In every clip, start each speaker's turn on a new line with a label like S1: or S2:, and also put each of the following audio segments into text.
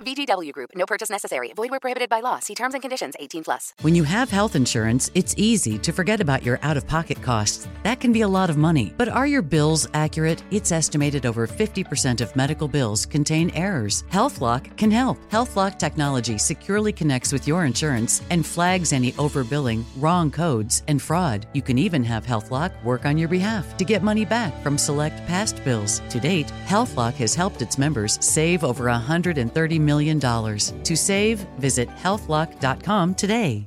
S1: VGW Group, no purchase necessary. Void where prohibited by law. See terms and conditions 18 plus.
S2: When you have health insurance, it's easy to forget about your out of pocket costs. That can be a lot of money. But are your bills accurate? It's estimated over 50% of medical bills contain errors. HealthLock can help. HealthLock technology securely connects with your insurance and flags any overbilling, wrong codes, and fraud. You can even have HealthLock work on your behalf to get money back from select past bills. To date, HealthLock has helped its members save over $130 million. To save, visit healthlock.com today.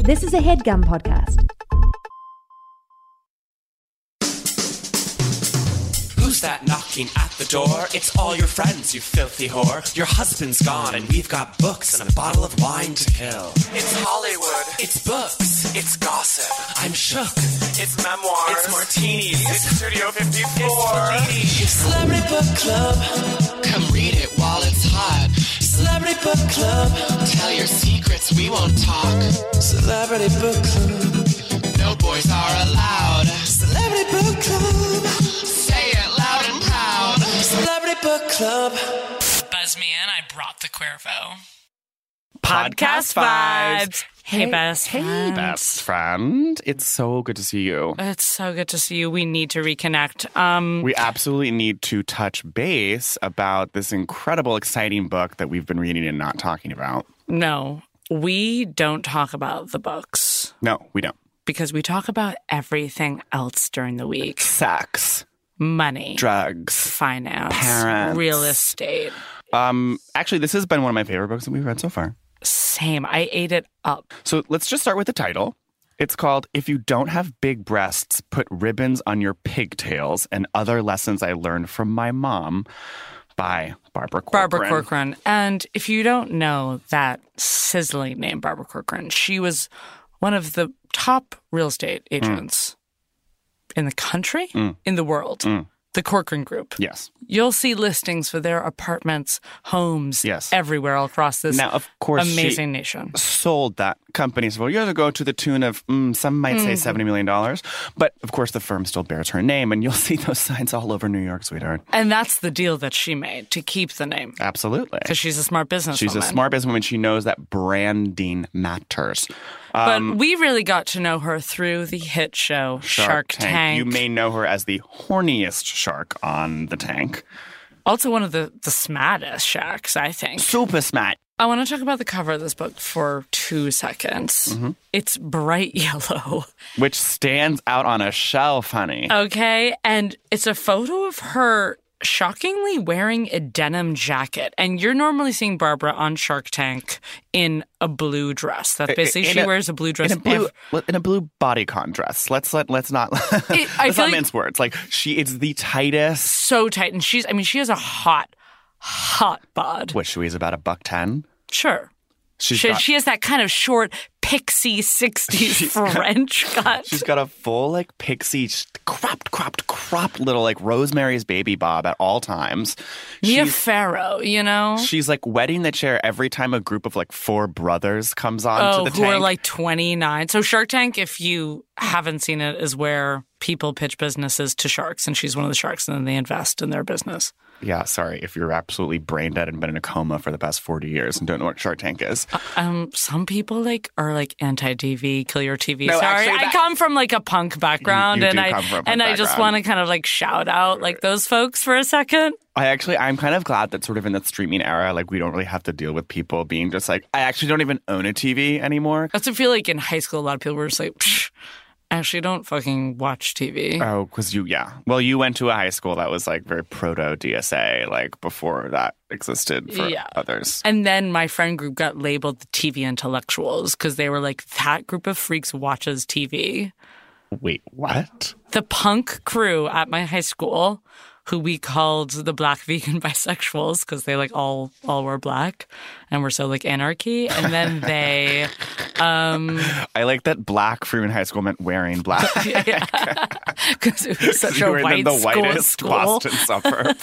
S3: This is a headgum podcast.
S4: Who's that knocking at the door? It's all your friends, you filthy whore. Your husband's gone, and we've got books and a bottle of wine to kill. It's Hollywood. It's books. It's gossip. I'm shook. It's memoirs. It's martinis. It's Studio 54. It's Celebrity Book Club. Come read it while it's hot. Celebrity Book Club. Tell your secrets, we won't talk. Celebrity Book Club. No boys are allowed. Celebrity Book Club. Say it loud and proud. Celebrity Book Club.
S5: Buzz me in. I brought the Cuervo.
S6: Podcast vibes.
S5: Hey, best
S6: Hey,
S5: friend.
S6: best friend. It's so good to see you.
S5: It's so good to see you. We need to reconnect. Um,
S6: We absolutely need to touch base about this incredible, exciting book that we've been reading and not talking about.
S5: no, we don't talk about the books
S6: No, we don't.
S5: because we talk about everything else during the week:
S6: Sex,
S5: money,
S6: drugs.
S5: finance,
S6: Parents.
S5: real estate.
S6: Um, actually, this has been one of my favorite books that we've read so far.
S5: Same. I ate it up.
S6: So let's just start with the title. It's called If You Don't Have Big Breasts, Put Ribbons on Your Pigtails and Other Lessons I Learned from My Mom by Barbara Corcoran.
S5: Barbara Corcoran. And if you don't know that sizzling name, Barbara Corcoran, she was one of the top real estate
S6: Mm.
S5: agents in the country, in the world.
S6: Mm.
S5: The Corcoran Group.
S6: Yes.
S5: You'll see listings for their apartments, homes,
S6: Yes.
S5: everywhere all across this
S6: Now, of course, she-
S5: amazing nation.
S6: sold that company several years ago to the tune of mm, some might
S5: Mm-hmm.
S6: say $70 million. But of course, the firm still bears her name, and you'll see those signs all over New York, sweetheart.
S5: And that's the deal that she made to keep the name
S6: Absolutely.
S5: because she's a smart businesswoman.
S6: She's a smart businesswoman. She knows that branding matters. Um,
S5: But we really got to know her through the hit show Shark, Tank.
S6: You may know her as the horniest shark on the tank.
S5: also one of the the smartest sharks, I think.
S6: Super smart.
S5: I want to talk about the cover of this book for two seconds.
S6: Mm-hmm.
S5: It's bright yellow.
S6: Which stands out on a shelf, honey.
S5: Okay. And it's a photo of her shockingly wearing a denim jacket. And you're normally seeing Barbara on Shark Tank in a blue dress. That's basically
S6: In
S5: she wears a blue dress.
S6: in a blue,
S5: ev-
S6: in a blue bodycon dress. Let's let let's not let's
S5: I
S6: not
S5: feel like-
S6: mince words. Like she is the tightest
S5: so tight. And she's, I mean, she has a hot, hot bod.
S6: What she weighs about a buck ten.
S5: Sure.
S6: She's
S5: She,
S6: got,
S5: she has that kind of short pixie 60s
S6: She's got-
S5: French cut.
S6: she's got a full like pixie sh- cropped, cropped, cropped little like Rosemary's Baby bob at all times.
S5: Mia
S6: She's,
S5: Farrow, you know?
S6: she's like wetting the chair every time a group of like four brothers comes on
S5: oh,
S6: to the
S5: who
S6: tank.
S5: are like 29. So Shark Tank, if you haven't seen it, is where people pitch businesses to sharks, and she's one of the sharks, and then they invest in their business. yeah, sorry if you're absolutely brain dead and been in a coma for the past 40 years and don't know what Shark Tank is.
S7: Um, some people like are like anti TV, kill your TV.
S5: No,
S7: Sorry,
S5: actually, that-
S7: I come from like a punk background,
S5: you
S7: and
S5: do
S7: I
S5: come from a
S7: and
S5: punk
S7: I just
S5: background.
S7: want to kind of like shout out like those folks for a second.
S5: I actually, I'm kind of glad that sort of in the streaming era, like we don't really have to deal with people being just like, I actually don't even own a TV anymore.
S7: I also feel like in high school, a lot of people were just like, Psh, actually, don't fucking watch TV.
S5: Oh, because you, yeah. Well, you went to a high school that was like very proto DSA, like before that existed for
S7: Yeah.
S5: others.
S7: And then my friend group got labeled the TV intellectuals because they were like, that group of freaks watches TV.
S5: Wait, what?
S7: The punk crew at my high school, who we called the black vegan bisexuals because they like all all were black and were so like anarchy. And then they um
S5: I like that black for you in high school meant wearing black.
S7: because it was such
S5: you
S7: a
S5: were
S7: white
S5: in the
S7: school,
S5: whitest
S7: school.
S5: Boston suburb.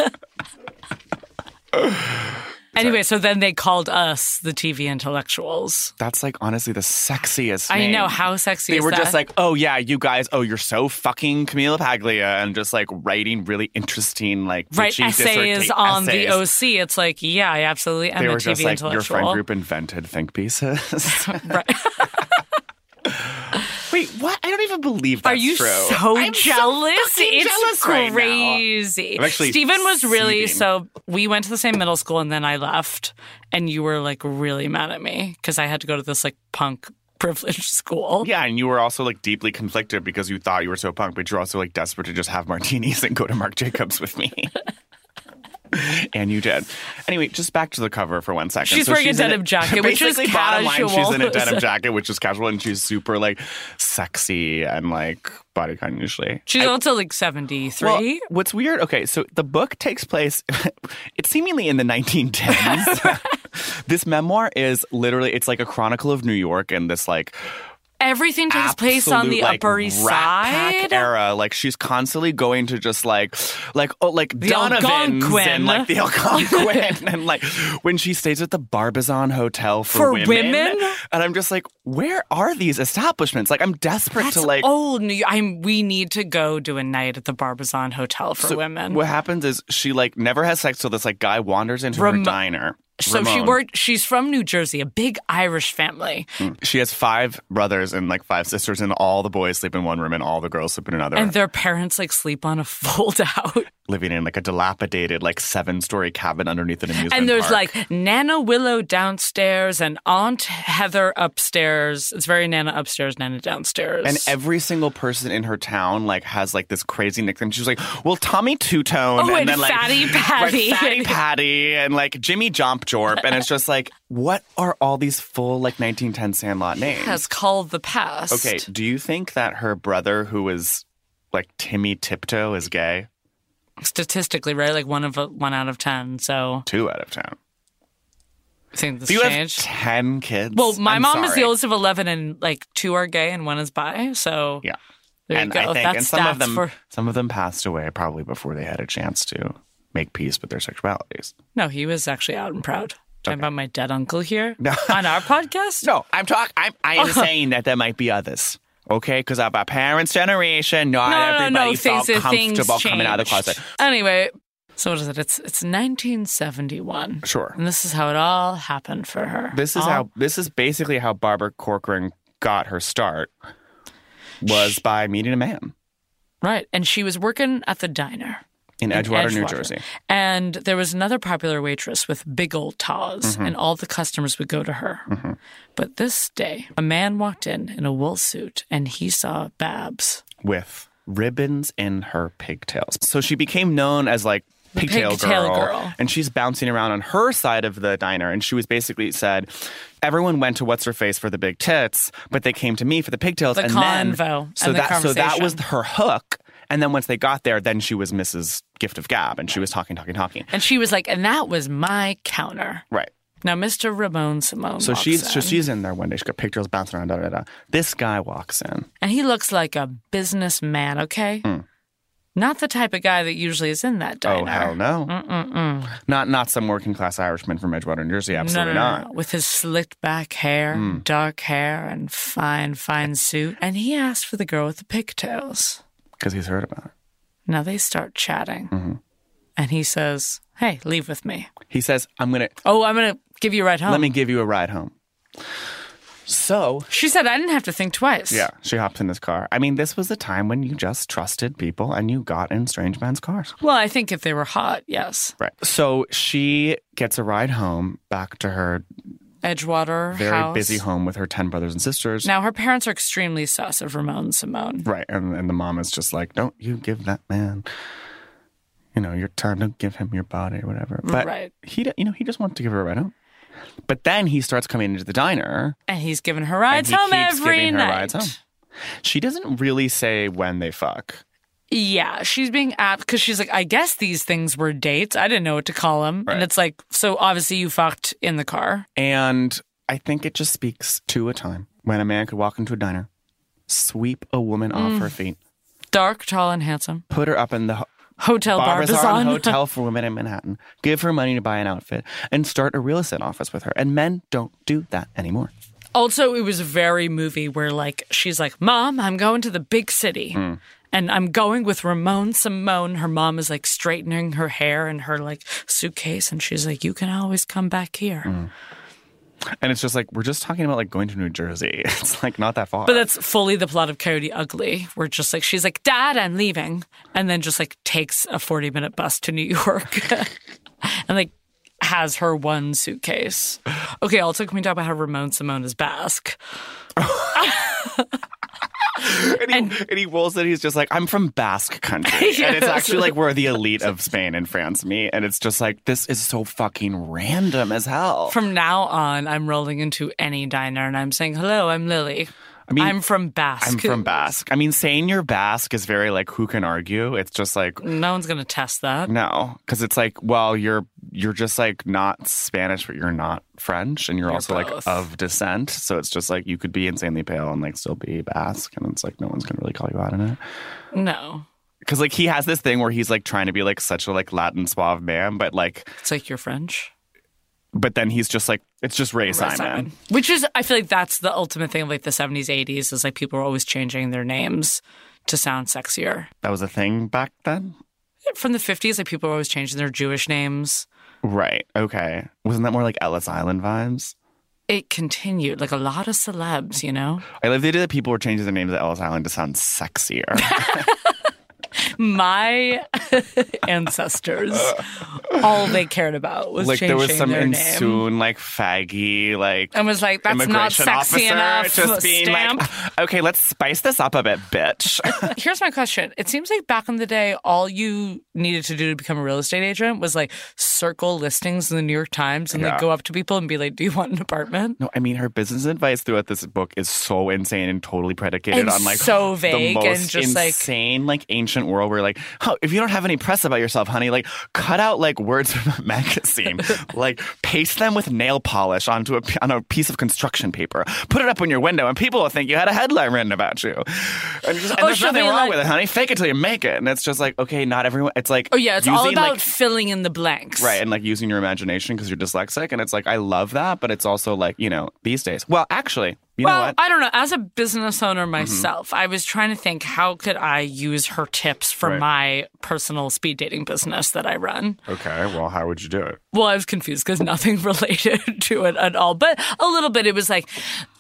S7: Anyway, so then they called us the TV intellectuals.
S5: That's like honestly the sexiest.
S7: I
S5: name.
S7: know, how sexy
S5: They
S7: is
S5: were
S7: that?
S5: just like, oh yeah, you guys. Oh, you're so fucking Camila Paglia, and just like writing really interesting like
S7: Right,
S5: bitchy
S7: essays
S5: dissertate-
S7: on the
S5: essays.
S7: OC. It's like, yeah, I absolutely am
S5: They
S7: a
S5: were
S7: TV
S5: just like your
S7: intellectual.
S5: friend group invented think pieces.
S7: Right.
S5: Wait, what? I don't even believe that's
S7: Are you
S5: true.
S7: so
S5: I'm
S7: jealous?
S5: fucking
S7: it's
S5: jealous right now.
S7: crazy.
S5: I'm actually
S7: Steven was really
S5: seething.
S7: so. We went to the same middle school, and then I left, and you were like really mad at me because I had to go to this like punk privileged school.
S5: Yeah, and you were also like deeply conflicted because you thought you were so punk, but you're also like desperate to just have martinis and go to Marc Jacobs with me. and you did. Anyway, just back to the cover for one second.
S7: She's wearing a
S5: in
S7: denim jacket, which is
S5: basically, bottom line, she's in a
S7: casual.
S5: denim jacket, which is casual, and she's super like sexy and like bodycon usually.
S7: She's also like seventy
S5: Well,
S7: three.
S5: what's weird? Okay, so the book takes place. it's seemingly in the 1910s. this memoir is literally. It's like a chronicle of New York and this like
S7: Everything takes place on the
S5: absolute, like,
S7: Upper East
S5: Rat Pack
S7: Side.
S5: era. Like she's constantly going to just like, like oh, like
S7: The
S5: Donovan's
S7: Algonquin.
S5: and like the Algonquin, and like when she stays at the Barbizon Hotel for,
S7: For women?
S5: And I'm just like, where are these establishments? Like I'm desperate
S7: That's
S5: to like.
S7: old. New- I'm. We need to go do a night at the Barbizon Hotel for
S5: So
S7: women.
S5: What happens is she like never has sex, so this like guy wanders into her
S7: Ramo-
S5: diner.
S7: so she
S5: Ramon.
S7: worked. She's from New Jersey, a big Irish family.
S5: Hmm. She has five brothers and like five sisters, and all the boys sleep in one room and all the girls sleep in another.
S7: And their parents like sleep on a fold out.
S5: living in like a dilapidated, like seven story cabin underneath an amusement
S7: and there's
S5: park.
S7: like Nana Willow downstairs and Aunt Heather upstairs. It's very Nana upstairs, Nana downstairs.
S5: And every single person in her town like has like this crazy nickname. She's like, well, Tommy Two Tone,
S7: Oh, and
S5: then like
S7: Fatty Patty.
S5: right, Fatty Patty, and like Jimmy Jomp Jorp, and it's just like, what are all these full like 1910 Sandlot names?
S7: has called the past.
S5: Okay, do you think that her brother, who is like Timmy Tiptoe, is gay?
S7: Statistically, right? Like one of a, one out of ten. So
S5: Two out of ten.
S7: I think this
S5: Do you
S7: changed.
S5: have ten kids?
S7: well, my
S5: I'm
S7: mom is the
S5: sorry.
S7: oldest of eleven, and like two are gay and one is bi. So
S5: Yeah.
S7: there
S5: and
S7: you go.
S5: I think,
S7: That's
S5: and some
S7: stats
S5: of them,
S7: for
S5: some of them passed away probably before they had a chance to make peace with their sexualities.
S7: no. He was actually out and proud. Talking about my dead uncle here on our podcast. Oh.
S5: No, I'm talking. I'm. I am saying that there might be others. Okay, because of our parents' generation, not
S7: no, no,
S5: everybody
S7: no,
S5: felt
S7: things, things
S5: comfortable coming out of the
S7: changed.
S5: closet.
S7: Anyway, so what is it? It's it's 1971.
S5: Sure.
S7: And this is how it all happened for her.
S5: This is
S7: All-
S5: how. This is basically how Barbara Corcoran got her start. Was by meeting a man
S7: Right. And she was working at the diner.
S5: in
S7: in
S5: Edgewater, New
S7: Edgewater.
S5: Jersey.
S7: And there was another popular waitress with big old taws,
S5: Mm-hmm.
S7: and all the customers would go to her. But this day, a man walked in in a wool suit and he saw Babs.
S5: with ribbons in her pigtails. So she became known as like pigtail,
S7: pigtail
S5: girl,
S7: girl.
S5: And she's bouncing around on her side of the diner. And she was basically said, everyone went to what's her face for the big tits, but they came to me for the pigtails.
S7: The
S5: and
S7: convo
S5: then so
S7: and the
S5: that so that
S7: conversation.
S5: was her hook. And then once they got there, then she was Mrs. Gift of Gab, and she was talking, talking, talking.
S7: And she was like, and that was my counter.
S5: Right.
S7: Now, Mr. Ramon Simone.
S5: So
S7: walks
S5: she's so
S7: in.
S5: she's in there one day. She got pigtails bouncing around. Da, da, da. This guy walks in. Hmm.
S7: And he looks like a businessman, okay? Not the type of guy that usually is in that diner.
S5: Oh hell no! Mm-mm-mm. Not not some working class Irishman from Edgewater, New Jersey.
S7: No,
S5: Absolutely
S7: no, no,
S5: not. Hmm.
S7: no. With his slicked back hair, dark hair, and fine, fine suit. And he asked for the girl with the pigtails.
S5: because he's heard about it.
S7: Now they start chatting.
S5: and he says, Hey, leave with me.
S6: Mm-hmm. He says, I'm going to,
S5: Oh, I'm going to give you a ride home.
S6: let me give you a ride home. So,
S5: She said, I didn't have to think twice.
S6: yeah, she hops in his car. I mean, this was a time when you just trusted people and you got in strange men's cars.
S5: Well, I think if they were hot, yes.
S6: Right. So she gets a ride home back to her
S5: Edgewater.
S6: very
S5: house.
S6: busy home with her 10 brothers and sisters.
S5: Now, her parents are extremely sus of Ramon and Simone.
S6: Right. And, and the mom is just like, don't you give that man, you know, your time. Don't give him your body or whatever. But
S5: Right.
S6: he, d- you know, he just wants to give her a ride home. But then he starts coming into the diner.
S5: And he's giving her rides
S6: and he
S5: home
S6: keeps
S5: every
S6: giving her
S5: night.
S6: rides home. She doesn't really say when they fuck.
S5: Yeah, she's being apt because she's like, I guess these things were dates. I didn't know what to call them.
S6: Right.
S5: And it's like, so obviously you fucked in the car.
S6: And I think it just speaks to a time when a man could walk into a diner, sweep a woman off her feet,
S5: Mm. Dark, tall, and handsome.
S6: put her up in the ho-
S5: Hotel
S6: Barbizon
S5: Barbizon.
S6: Hotel for women in Manhattan, give her money to buy an outfit, and start a real estate office with her. And men don't do that anymore.
S5: Also, it was a very movie where like she's like, "Mom, I'm going to the big city."
S6: Hmm.
S5: And I'm going with Ramon Simone. Her mom is like straightening her hair in her like suitcase and she's like, "You can always come back here."
S6: Hmm. And it's just like we're just talking about like going to New Jersey. It's like not that far.
S5: But that's fully the plot of Coyote Ugly. We're just like she's like, "Dad, I'm leaving." And then just like takes a 40-minute bus to New York. and like has her one suitcase. Okay, also can we talk about how Ramon Simone is Basque?
S6: and, he, and he rolls it. He's just like, I'm from Basque country, and it's actually like we're the elite of Spain and France, me. And it's just like this is so fucking random as hell.
S5: From now on, I'm rolling into any diner and I'm saying, "Hello, I'm Lily. I
S6: mean,
S5: am from Basque.
S6: I'm from Basque. I mean, saying you're Basque is very like who can argue? It's just like
S5: No one's gonna test that.
S6: No, because it's like, well, you're you're just like not Spanish, but you're not French, and you're, also
S5: both.
S6: like of descent. So it's just like you could be insanely pale and like still be Basque, and it's like no one's gonna really call you out on it.
S5: No,
S6: Because like he has this thing where he's like trying to be like such a like Latin suave man, but like,
S5: it's like you're French.
S6: but then he's just like it's just Ray, Simon.
S5: Which is, I feel like that's the ultimate thing of like the 70s, 80s is like people are always changing their names to sound sexier.
S6: That was a thing back then,
S5: From the 50s, like people are always changing their Jewish names.
S6: right? Okay, wasn't that more like Ellis Island vibes?
S5: It continued, like a lot of celebs, you know?
S6: I love the idea that people were changing their names at Ellis Island to sound sexier.
S5: My ancestors, all they cared about was
S6: like
S5: changing
S6: there was some
S5: their name.
S6: insoon like faggy like
S5: and was like, "That's not
S6: immigration
S5: sexy
S6: officer
S5: enough."
S6: just being
S5: stamp.
S6: like okay let's spice this up a bit bitch
S5: Here's my question: It seems like back in the day, all you needed to do to become a real estate agent was like circle listings in the New York Times and
S6: Yeah.
S5: like go up to people and be like, "Do you want an apartment?"
S6: no i mean her business advice throughout this book is so insane and totally predicated
S5: And
S6: on like
S5: so vague
S6: the most
S5: and just, like-
S6: insane like ancient world where like oh, if you don't have any press about yourself honey like cut out like words from a magazine like paste them with nail polish onto a, on a piece of construction paper put it up in your window and people will think you had a headline written about you and, just, and
S5: Oh,
S6: there's
S5: she'll
S6: nothing
S5: be
S6: wrong
S5: like-
S6: with it honey fake it till you make it and it's just like okay not everyone it's like
S5: Oh yeah, it's all
S6: using,
S5: about
S6: like,
S5: filling in the blanks.
S6: Right, and like using your imagination because you're dyslexic, and it's like I love that, but it's also like you know these days. Well, actually, you know
S5: Well,
S6: what? Mm-hmm.
S5: I don't know. As a business owner myself, I was trying to think how could I use her tips for
S6: Right.
S5: my personal speed dating business that I run.
S6: okay, well, how would you do it?
S5: Well, I was confused because nothing related to it at all. But a little bit, it was like,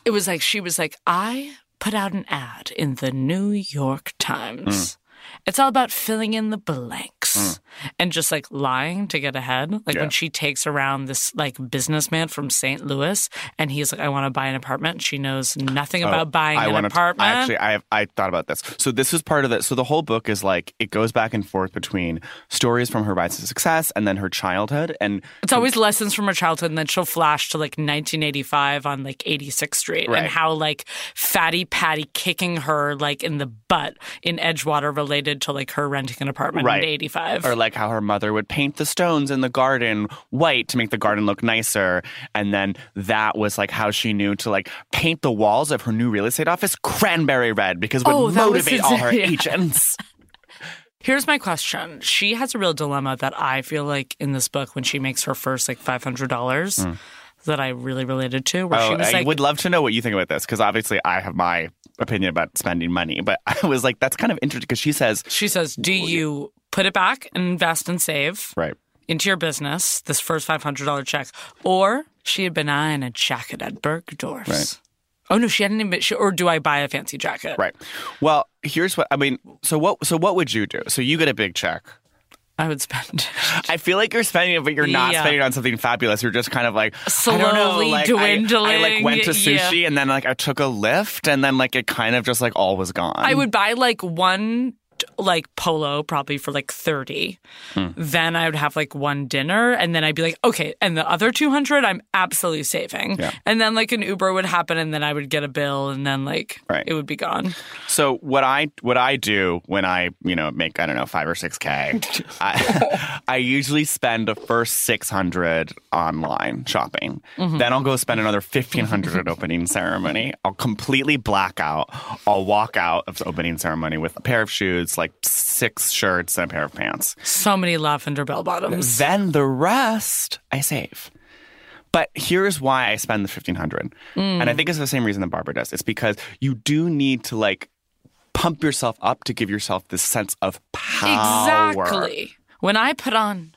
S5: it was like she was like, I put out an ad in the New York
S6: Mm.
S5: Times. It's all about filling in the blanks and just like lying to get ahead. Like
S6: Yeah.
S5: when she takes around this like businessman from St. Louis and he's like, I want to buy an apartment. She knows nothing about buying an
S6: wanna-
S5: apartment.
S6: Oh, I actually, I have, I thought about this. So this is part of the. So the whole book is like it goes back and forth between stories from her rise to success and then her childhood, and
S5: It's always lessons from her childhood, and then she'll flash to like 1985 on like 86th Street,
S6: Right.
S5: and how like Fatty Patty kicking her like in the butt in Edgewater related to like her renting an apartment
S6: Right.
S5: in 85.
S6: or like how her mother would paint the stones in the garden white to make the garden look nicer and then that was like how she knew to like paint the walls of her new real estate office cranberry red because it would
S5: Oh, that was
S6: motivate
S5: his-
S6: all her
S5: yeah.
S6: agents
S5: Here's my question: She has a real dilemma that I feel like in this book when she makes her first like $500 that I really related to, where she
S6: Hmm. oh,
S5: was
S6: i
S5: like,
S6: would love to know what you think about this because obviously i have my opinion about spending money but i was like that's kind of interesting because she says
S5: she says, "Do you?"
S6: put it back and invest and save
S5: Right.
S6: into your business this first $500 check. Or she had been eyeing a jacket at Bergdorf's.
S5: Right.
S6: Oh, no, she hadn't even, she, or do I buy a fancy jacket?
S5: Right. Well, here's what I mean. So what? So what would you do? So you get a big check.
S6: I would spend
S5: I feel like you're spending it, but you're not
S6: Yeah.
S5: spending it on something fabulous. You're just kind of like I don't know,
S6: Slowly
S5: like, I- I, like
S6: dwindling,
S5: went to
S6: yeah.
S5: sushi and then like I took a lift and then like it kind of just like all was gone.
S6: I would buy like one like polo probably for like 30. Then I would have like one dinner and then I'd be like, okay, and the other 200 I'm absolutely saving.
S5: Yeah.
S6: And then like an Uber would happen and then I would get a bill and then like
S5: Right.
S6: it would be gone.
S5: So what I what I do when I you know make I don't know five or six k, I, I usually spend the first six hundred online shopping.
S6: Mm-hmm.
S5: Then I'll go spend another fifteen hundred at opening ceremony. I'll completely black out. I'll walk out of the opening ceremony with a pair of shoes, like six shirts and a pair of pants.
S6: So many lavender bell bottoms.
S5: Then the rest I save. But here's why I spend the fifteen hundred,
S6: Mm.
S5: and I think it's the same reason that Barbara does. It's because you do need to like pump yourself up to give yourself this sense of power. Hmm.
S6: Exactly. When I put on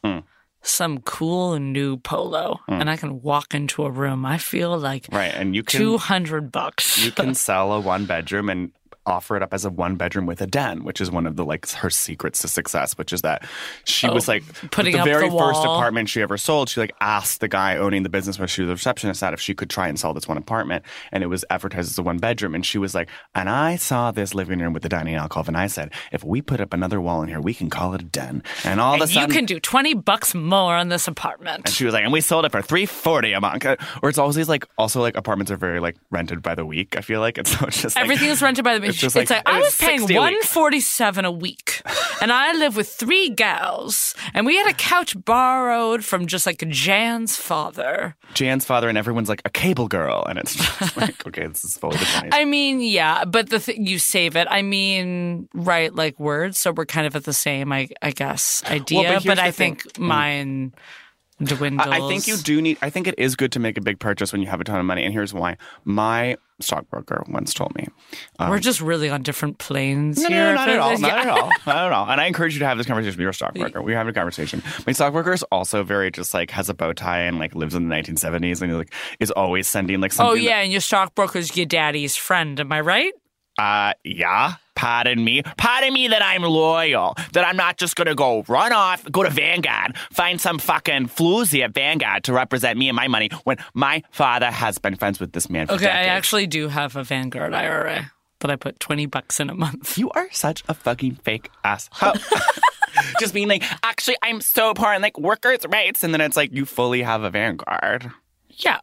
S6: some cool new polo and I can walk into a room, I feel like
S5: Right, and you can
S6: 200 bucks.
S5: you can sell a one bedroom and offer it up as a one bedroom with a den, which is one of the like her secrets to success, which is that she was like
S6: Oh, putting
S5: the
S6: up
S5: very
S6: the
S5: first
S6: wall.
S5: apartment she ever sold, she like asked the guy owning the business where she was a receptionist at if she could try and sell this one apartment and it was advertised as a one bedroom and she was like, And I saw this living room with the dining alcove and I said, if we put up another wall in here, we can call it a den. And all of a
S6: and you
S5: sudden
S6: can do 20 bucks more on this apartment.
S5: and she was like, and we sold it for three forty a month. Or it's always these like, also like apartments are very like rented by the week. I feel like it's so it's just like,
S6: Everything is rented by the
S5: It's
S6: beach.
S5: just
S6: It's
S5: like,
S6: like,
S5: it
S6: I
S5: was
S6: was paying
S5: 60 a week.
S6: one forty seven a week, and I live with three gals, and we had a couch borrowed from just like Jan's father.
S5: Jan's father and everyone's like a cable girl, and it's just like okay, this is fully defined.
S6: I mean, yeah, but the th- you save it. I mean, right, like words. So we're kind of at the same, I, I guess, idea.
S5: here's
S6: but
S5: the
S6: I
S5: thing. Mm.
S6: think mine dwindles.
S5: I I think you do need. I think it is good to make a big purchase when you have a ton of money, and here's why. My stockbroker once told me,
S6: We're just really on different planes
S5: Um, No,
S6: here.
S5: no, not at all. Not
S6: Yeah.
S5: at all. Not at all. And I encourage you to have this conversation with your stockbroker. We have a conversation. My stockbroker is also very just like has a bow tie and like lives in the 1970s and like is always sending like
S6: Oh
S5: something.
S6: yeah, and your stockbroker's your daddy's friend. Am I right?
S5: uh, yeah. Pardon me. Pardon me that I'm loyal. That I'm not just gonna go run off, go to Vanguard, find some fucking floozy at Vanguard to represent me and my money when my father has been friends with this man for
S6: Okay, I
S5: decades.
S6: actually do have a Vanguard IRA that I put 20 bucks in a month.
S5: You are such a fucking fake ass. hoe. Just being like, actually, I'm so poor and like workers' rights. And then it's like, you fully have a vanguard.
S6: Yeah.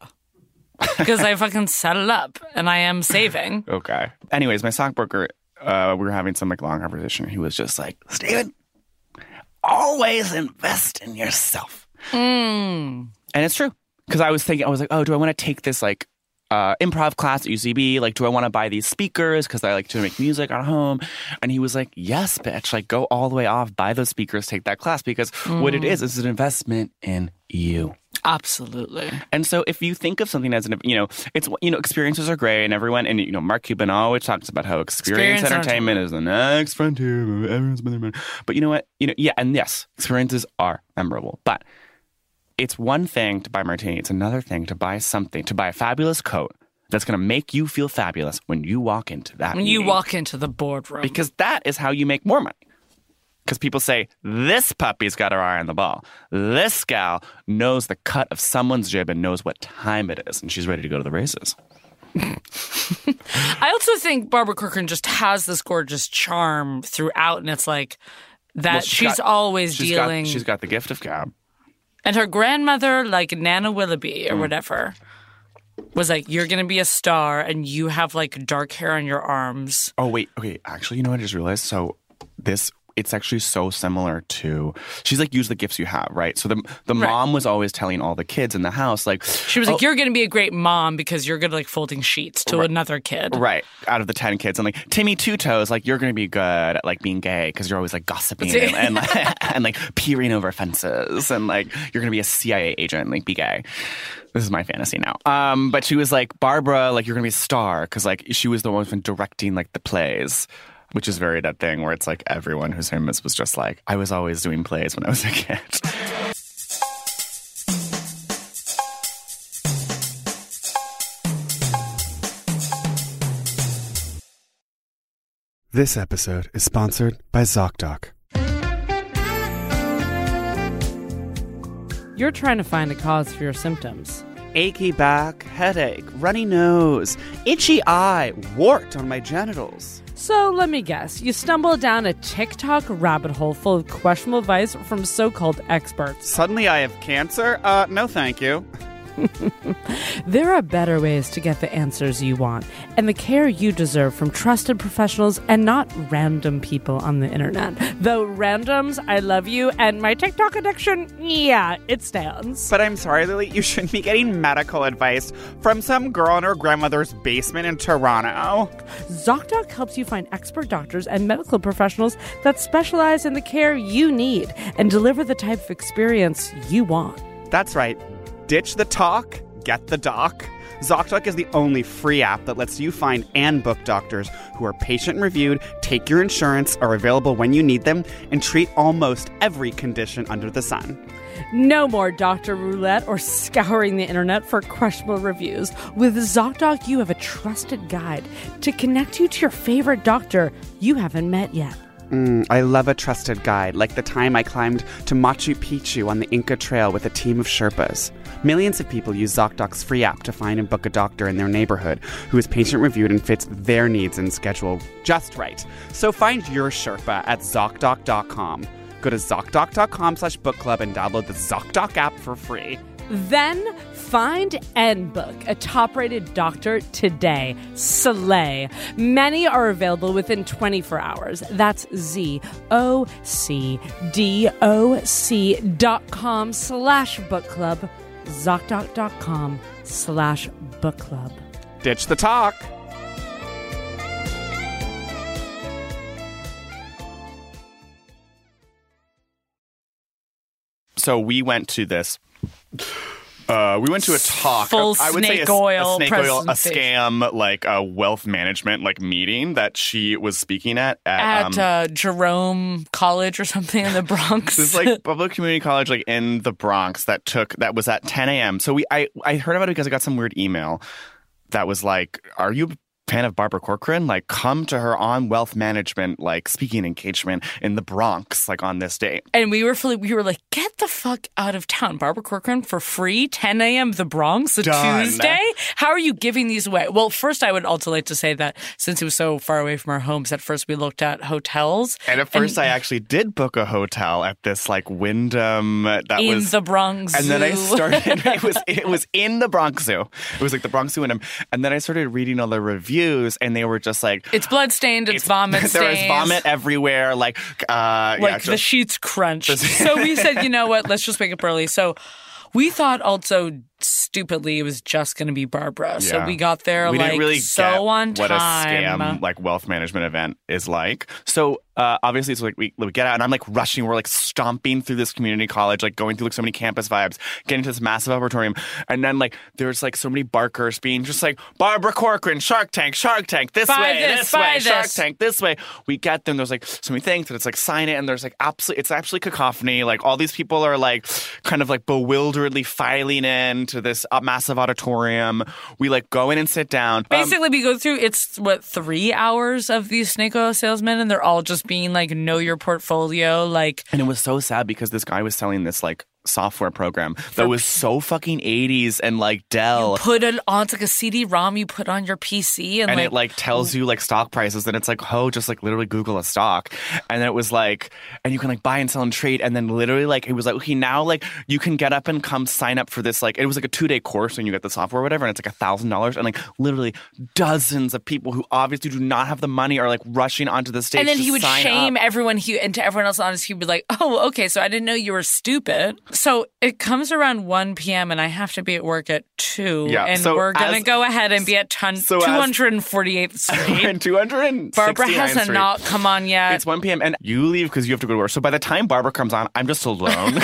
S6: Because I fucking settle up and I am saving.
S5: Okay. Anyways, my stockbroker, uh, we were having some like long conversation. He was just like, Steven, always invest in yourself.
S6: Hmm.
S5: And it's true. Because I was thinking, I was like, oh, do I want to take this like uh, improv class at UCB? Like, do I want to buy these speakers? Because I like to make music at home. And he was like, yes, bitch. Like, go all the way off, buy those speakers, take that class. Because what it is, is an investment in you.
S6: Absolutely.
S5: And so if you think of something as an, you know, it's, you know, experiences are great and everyone, and, you know, Mark Cuban always talks about how experience,
S6: Experience
S5: entertainment is the next frontier. of Everyone's been there. But you know what? You know, yeah, and yes, experiences are memorable. But it's one thing to buy martini. It's another thing to buy something, to buy a fabulous coat that's going to make you feel fabulous when you walk into that.
S6: When you
S5: meeting.
S6: walk into the boardroom,
S5: Because that is how you make more money. Because people say, this puppy's got her eye on the ball. This gal knows the cut of someone's jib and knows what time it is, and she's ready to go to the races.
S6: I also think Barbara Corcoran just has this gorgeous charm throughout, and it's like that
S5: Well,
S6: she's,
S5: got-
S6: always
S5: she's got-
S6: dealing.
S5: she's got the gift of gab.
S6: And her grandmother, like Nana Willoughby or
S5: Mm.
S6: whatever, was like, You're going to be a star, and you have like dark hair on your arms.
S5: Oh, wait. Okay. Actually, you know what I just realized? So this. It's actually so similar to she's like use the gifts you have, right? So the the mom was always telling all the kids in the house like "Oh"
S6: She was like, "You're going to be a great mom because you're good at like folding sheets to another kid."
S5: Right. Out of the 10 kids. And like Timmy Two Toes, like you're going to be good at like being gay because you're always like gossiping and, and, like, and like peering over fences. And like you're going to be a CIA agent and like be gay. This is my fantasy now. Um, but she was like, Barbara, like you're going to be a star because like she was the one who's been directing like the plays. which is very that thing where it's like everyone who's famous was just like, I was always doing plays when I was a kid.
S6: This episode is sponsored by ZocDoc.
S8: You're trying to find a cause for your symptoms.
S5: Achy back, headache, runny nose, itchy eye, wart on my genitals.
S8: So let me guess, you stumbled down a TikTok rabbit hole full of questionable advice from so called experts.
S5: Suddenly I have cancer? Uh, no thank you.
S8: There are better ways to get the answers you want and the care you deserve from trusted professionals and not random people on the internet. Though randoms, I love you, and my TikTok addiction, yeah, it stands.
S5: But I'm sorry, Lily, you shouldn't be getting medical advice from some girl in her grandmother's basement in Toronto.
S8: ZocDoc helps you find expert doctors and medical professionals that specialize in the care you need and deliver the type of experience you want.
S5: That's right. Ditch the talk, get the doc. ZocDoc is the only free app that lets you find and book doctors who are patient reviewed, take your insurance, are available when you need them, and treat almost every condition under the sun.
S8: No more doctor roulette or scouring the internet for questionable reviews. With ZocDoc, you have a trusted guide to connect you to your favorite doctor you haven't met yet.
S5: Mm, I love a trusted guide, like the time I climbed to Machu Picchu on the Inca Trail with a team of Sherpas. Millions of people use ZocDoc's free app to find and book a doctor in their neighborhood who is patient reviewed and fits their needs and schedule just right. So find your Sherpa at ZocDoc.com. Go to ZocDoc.com slash book club and download the ZocDoc app for free.
S8: Then find and book a top rated doctor today, Soleil. Many are available within 24 hours. That's Z O C D O C dot com slash book club, ZocDoc.com slash book club.
S5: Ditch the talk. So we went to this. Uh, we went to a talk.
S4: Full
S5: I would say a,
S4: snake oil
S5: a snake oil, a
S4: presentation.
S5: scam, like a wealth management like meeting that she was speaking at. At,
S4: at
S5: um,
S4: uh, Jerome College or something in the Bronx.
S5: this like public community college like in the Bronx that took that was at 10 a.m. So we I I heard about it because I got some weird email that was like, "Are you?" a Fan of Barbara Corcoran, like come to her on wealth management, like speaking engagement in the Bronx, like on this day.
S4: and we were fully, we were like, get the fuck out of town, Barbara Corcoran, for free, 10 a.m. The Bronx, a
S5: Done.
S4: Tuesday. How are you giving these away? Well, first, I would also like to say that since it was so far away from our homes, at first we looked at hotels
S5: And at first, I actually did book a hotel at this like Wyndham uh, that
S4: in
S5: was
S4: the Bronx.
S5: And then I
S4: Zoo.
S5: started. It was it was in the Bronx Zoo. It was like the Bronx Zoo, and and then I started reading all the reviews, and they were just like,
S4: it's bloodstained, it's, vomit
S5: There was
S4: stains.
S5: vomit everywhere. Like, uh, yeah,
S4: like the
S5: just-
S4: sheets crunch. so we said, you know what? Let's just wake up early. So we thought also stupidly it was just going to be Barbara. So
S5: Yeah.
S4: we got there
S5: we
S4: like
S5: didn't really
S4: so
S5: get
S4: on
S5: what
S4: time.
S5: a scam like wealth management event is like. So uh, obviously, it's like we, we get out, and I'm like rushing. We're like stomping through this community college, like going through like so many campus vibes, getting to this massive auditorium, and then like there's like so many barkers being just like Barbara Corcoran, Shark Tank, Shark Tank, this
S4: Buy
S5: way,
S4: this,
S5: this, way,
S4: buy
S5: Shark
S4: this.
S5: Tank, this way. We get them. There's like so many things, and it's like sign it, and there's like absolutely, it's actually cacophony. Like all these people are like kind of like bewilderedly filing in to this uh, massive auditorium. We like go in and sit down. Um,
S4: Basically, we go through it's what three hours of these snake oil salesmen, and they're all just being like, know your portfolio. Like,
S5: And it was so sad because this guy was selling this like software program that was so fucking 80s and like Dell.
S4: put it on it's like a CD ROM you put on your PC, and,
S5: And
S4: like,
S5: it like tells you like stock prices, and it's like, oh, just like literally Google a stock. And it was like, and you can like buy and sell and trade. And then literally, like, it was like, okay, now like you can get up and come sign up for this. Like, it was like a two day course, and you get the software or whatever, and it's like a thousand dollars. And like, literally, dozens of people who obviously do not have the money are like rushing onto the stage.
S4: and then
S5: to
S4: he would
S5: sign up.
S4: shame everyone. He and to everyone else on his, he'd be like, "Oh, okay, so I didn't know you were stupid."
S5: so it comes around 1 p.m. and I have to be at work at 2.
S6: Yeah,
S5: And
S6: so
S5: we're going to
S6: as-
S5: go ahead and be at ton-
S6: so as-
S5: 248th Street.
S6: And 200.
S5: Barbara hasn't not come on yet.
S6: It's 1 p.m. and you leave because you have to go to work. So by the time Barbara comes on, I'm just alone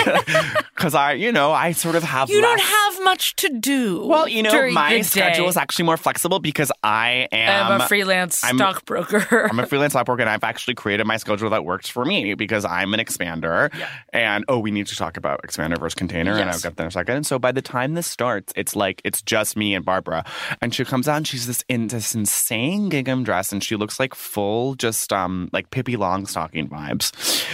S6: because I, you know, I sort of have.
S5: you don't
S6: less-
S5: have much to do.
S6: Well, you know,
S5: during the
S6: my
S5: day.
S6: schedule is actually more flexible because I am
S5: I'm a freelance
S6: I'm-
S5: stockbroker.
S6: I'm a freelance stockbroker, and I've actually created my schedule that works for me because I'm an expander. And oh, we need to talk about expander versus container, and
S5: Yes.
S6: I'll get there in a second. And so by the time this starts, it's like it's just me and Barbara, and she comes on. She's this in this insane gingham dress, and she looks like full just um like Pippi Longstocking vibes,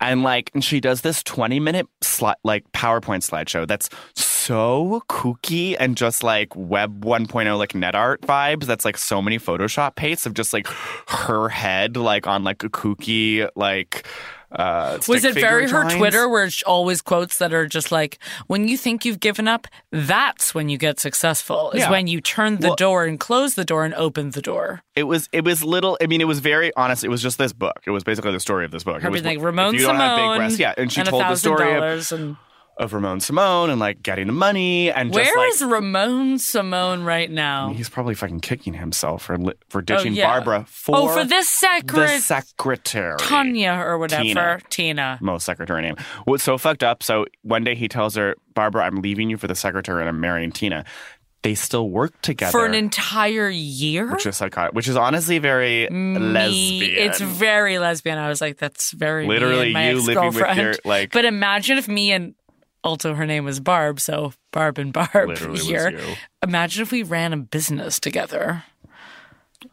S6: and like and she does this 20 minute sli- like PowerPoint slideshow that's so kooky and just like web 1.0 like net art vibes that's like so many photoshop pastes of just like her head like on like a kooky like uh
S5: Was
S6: stick
S5: it
S6: figure
S5: very her
S6: drawings.
S5: Twitter where she always quotes that are just like, when you think you've given up, that's when you get successful, is
S6: Yeah.
S5: when you turn the
S6: Well-
S5: door and close the door and open the door.
S6: it was it was little i mean it was very honest it was just this book it was basically the story of this book it
S5: Her
S6: was
S5: being like,
S6: if
S5: Ramon
S6: you don't have big
S5: Simone
S6: breasts yeah and she
S5: and
S6: told the story of,
S5: $1,000 and-
S6: of ramon simone and like getting the money and just
S5: Where
S6: like
S5: is Ramon Simone right now?
S6: he's probably fucking kicking himself for li- for
S5: Oh,
S6: ditching
S5: yeah.
S6: barbara for
S5: oh, for this
S6: the
S5: secret
S6: secretary
S5: Tanya or whatever. Tina.
S6: most secretary name. What's so fucked up? So one day he tells her, Barbara, I'm leaving you for the secretary and I'm marrying Tina. They still work together.
S5: For an entire year?
S6: which is psychotic, which is honestly very
S5: Me-
S6: lesbian.
S5: It's very lesbian. I was like, that's very me and
S6: Literally
S5: my
S6: you living with your,
S5: ex-girlfriend.
S6: like-
S5: But imagine if me and also her name was Barb, so Barb and Barb
S6: Literally was
S5: here.
S6: you.
S5: Imagine if we ran a business together.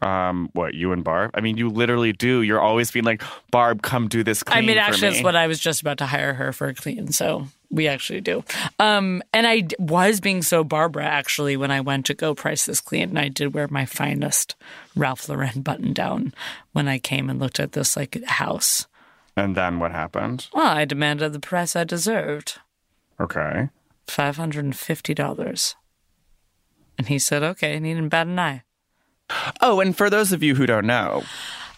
S6: um, what you and Barb? I mean, you literally do. You're always being like, Barb, come do this.
S5: I
S6: clean
S5: mean,
S6: for
S5: actually, that's
S6: me."
S5: what I was just about to hire her for a clean. So we actually do. Um, and I d- was being so Barbara actually when I went to go price this clean, and I did wear my finest Ralph Lauren button down when I came and looked at this like house.
S6: And then what happened?
S5: Well, I demanded the price I deserved.
S6: Okay.
S5: five hundred and fifty dollars. And he said, "Okay," and he didn't bat an eye.
S6: Oh, and for those of you who don't know,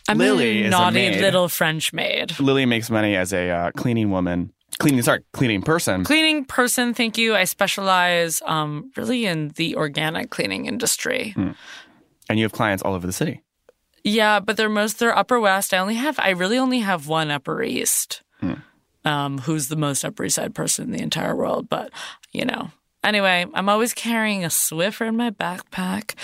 S5: I'm
S6: Lily
S5: a
S6: is a
S5: naughty
S6: maid.
S5: little French maid,
S6: Lily makes money as a uh, cleaning woman, cleaning, sorry, cleaning person.
S5: cleaning person. Thank you. I specialize um, really in the organic cleaning industry.
S6: Hmm. and you have clients all over the city.
S5: Yeah, but they're most they're Upper West. I only have I really only have one Upper East, um, who's the most Upper East Side person in the entire world. But you know, anyway, I'm always carrying a Swiffer in my backpack.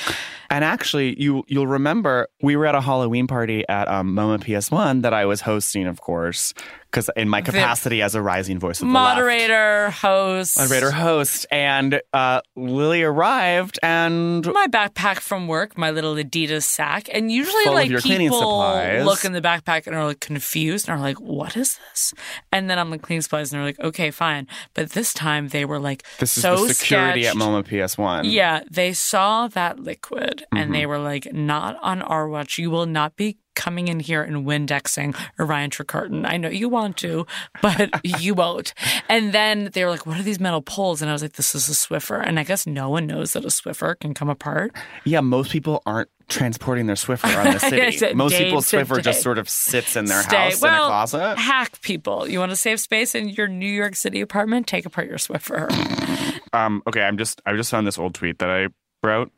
S6: And actually, you you'll remember we were at a Halloween party at um, MoMA PS1 that I was hosting, of course, because in my capacity as a rising voice of the left,
S5: Moderator, host,
S6: moderator host, and uh, Lily arrived, and
S5: my backpack from work, my little Adidas sack, and usually
S6: Full of
S5: like
S6: your cleaning
S5: people
S6: supplies.
S5: look in the backpack and are like confused and are like, "What is this?" And then I'm like cleaning supplies, and they're like, "Okay, fine." But this time they were like,
S6: this is
S5: so
S6: the security
S5: sketched.
S6: at MoMA PS1.
S5: Yeah, they saw that liquid and
S6: Mm-hmm.
S5: they were like, "Not on our watch. You will not be." Coming in here and Windexing Orion Tricarton. I know you want to, but you won't. And then they were like, What are these metal poles? And I was like, This is a Swiffer. And I guess no one knows that a Swiffer can come apart.
S6: yeah. Most people aren't transporting their Swiffer around the city.
S5: Yes,
S6: most
S5: day
S6: people's
S5: to
S6: Swiffer
S5: day.
S6: just sort of sits in their
S5: Stay.
S6: house in
S5: well,
S6: a closet.
S5: Hack people. You want to save space in your New York City apartment? Take apart your Swiffer.
S6: Um, okay, I'm just I just found this old tweet that I wrote.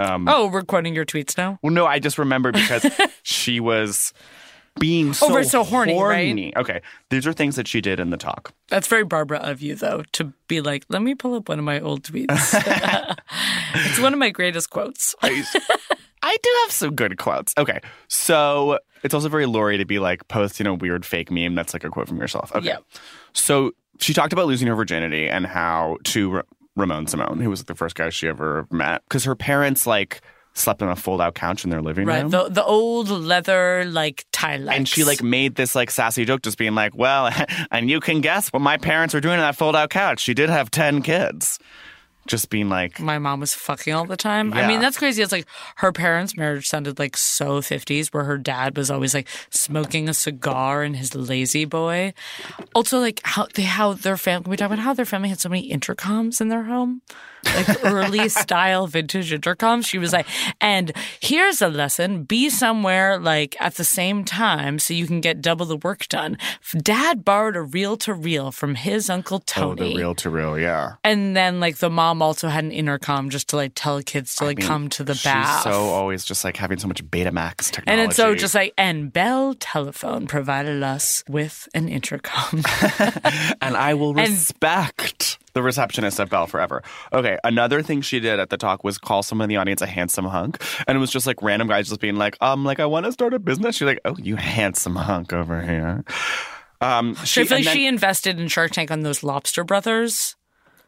S6: Um,
S5: oh, we're quoting your tweets now.
S6: Well, no, I just remember because she was being so,
S5: Oh, we're so horny, right?
S6: Okay, these are things that she did in the talk.
S5: That's very Barbara of you, though, to be like, let me pull up one of my old tweets. it's one of my greatest quotes.
S6: I do have some good quotes. Okay, so it's also very Lori to be like posting a weird fake meme that's like a quote from yourself. Okay,
S5: Yeah.
S6: so she talked about losing her virginity and how to Ra- Ramon Simone, who was the first guy she ever met, because her parents like slept on a fold-out couch in their living
S5: Right.
S6: room.
S5: The, the old leather, like, tie
S6: And she like made this like sassy joke, just being like, "Well, and you can guess what my parents were doing on that fold-out couch. She did have ten kids." Just being like,
S5: My mom was fucking all the time.
S6: Yeah.
S5: I mean, that's crazy. It's like her parents' marriage sounded like so 50s, where her dad was always like smoking a cigar in his lazy boy. Also, like how they how their family we talk about how their family had so many intercoms in their home, like early style vintage intercoms. She was like, and here's a lesson: be somewhere like at the same time so you can get double the work done. Dad borrowed a reel to reel from his uncle
S6: oh,
S5: Tony.
S6: the real to real, yeah.
S5: And then like the mom also had an intercom just to like tell kids to like come to the bath.
S6: She's so always just like having so much Betamax technology.
S5: and it's so just like and Bell Telephone provided us with an intercom.
S6: and I will
S5: and-
S6: respect the receptionist at Bell forever. Okay, another thing she did at the talk was call someone in the audience a handsome hunk, and it was just like random guys just being like, um, like I want to start a business. She's like, oh, you handsome hunk over here. Um,
S5: she, I
S6: she,
S5: feel
S6: and
S5: like
S6: then-
S5: she invested in Shark Tank on those Lobster Brothers,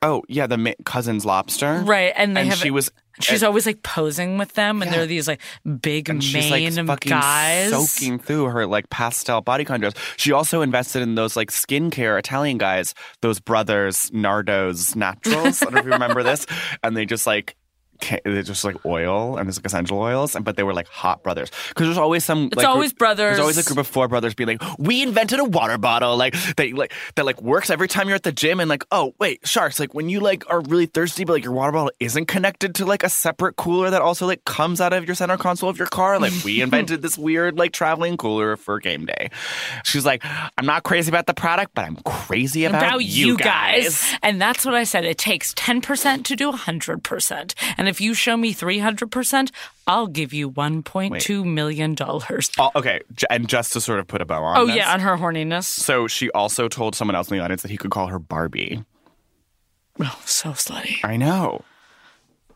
S6: oh yeah, the ma- cousins lobster,
S5: right? And they have
S6: she was.
S5: she's
S6: and-
S5: always like posing with them, and they're these like big
S6: and she's like
S5: mane
S6: fucking
S5: guys.
S6: soaking through her like pastel body contours. She also invested in those like skincare Italian guys, those brothers Nardo's Naturals. I don't know if you remember this, and they just like. ca- They just like oil and there's like essential oils, and but they were like hot brothers because there's always some.
S5: It's
S6: like,
S5: always brothers.
S6: There's always a group of four brothers being like, "We invented a water bottle like that, like that like works every time you're at the gym." And like, oh wait, sharks like when you like are really thirsty, but like your water bottle isn't connected to like a separate cooler that also like comes out of your center console of your car. Like we invented this weird like traveling cooler for game day. She's like, "I'm not crazy about the product, but I'm crazy about, you guys."
S5: And that's what I said. It takes 10% to do 100%. And if you show me 300%, I'll give you $1.2 million. dollars.
S6: Oh, okay, j- and just to sort of put a bow on.
S5: Oh,
S6: this,
S5: yeah, on her horniness.
S6: So she also told someone else in the audience that he could call her Barbie.
S5: Oh, so slutty.
S6: I know.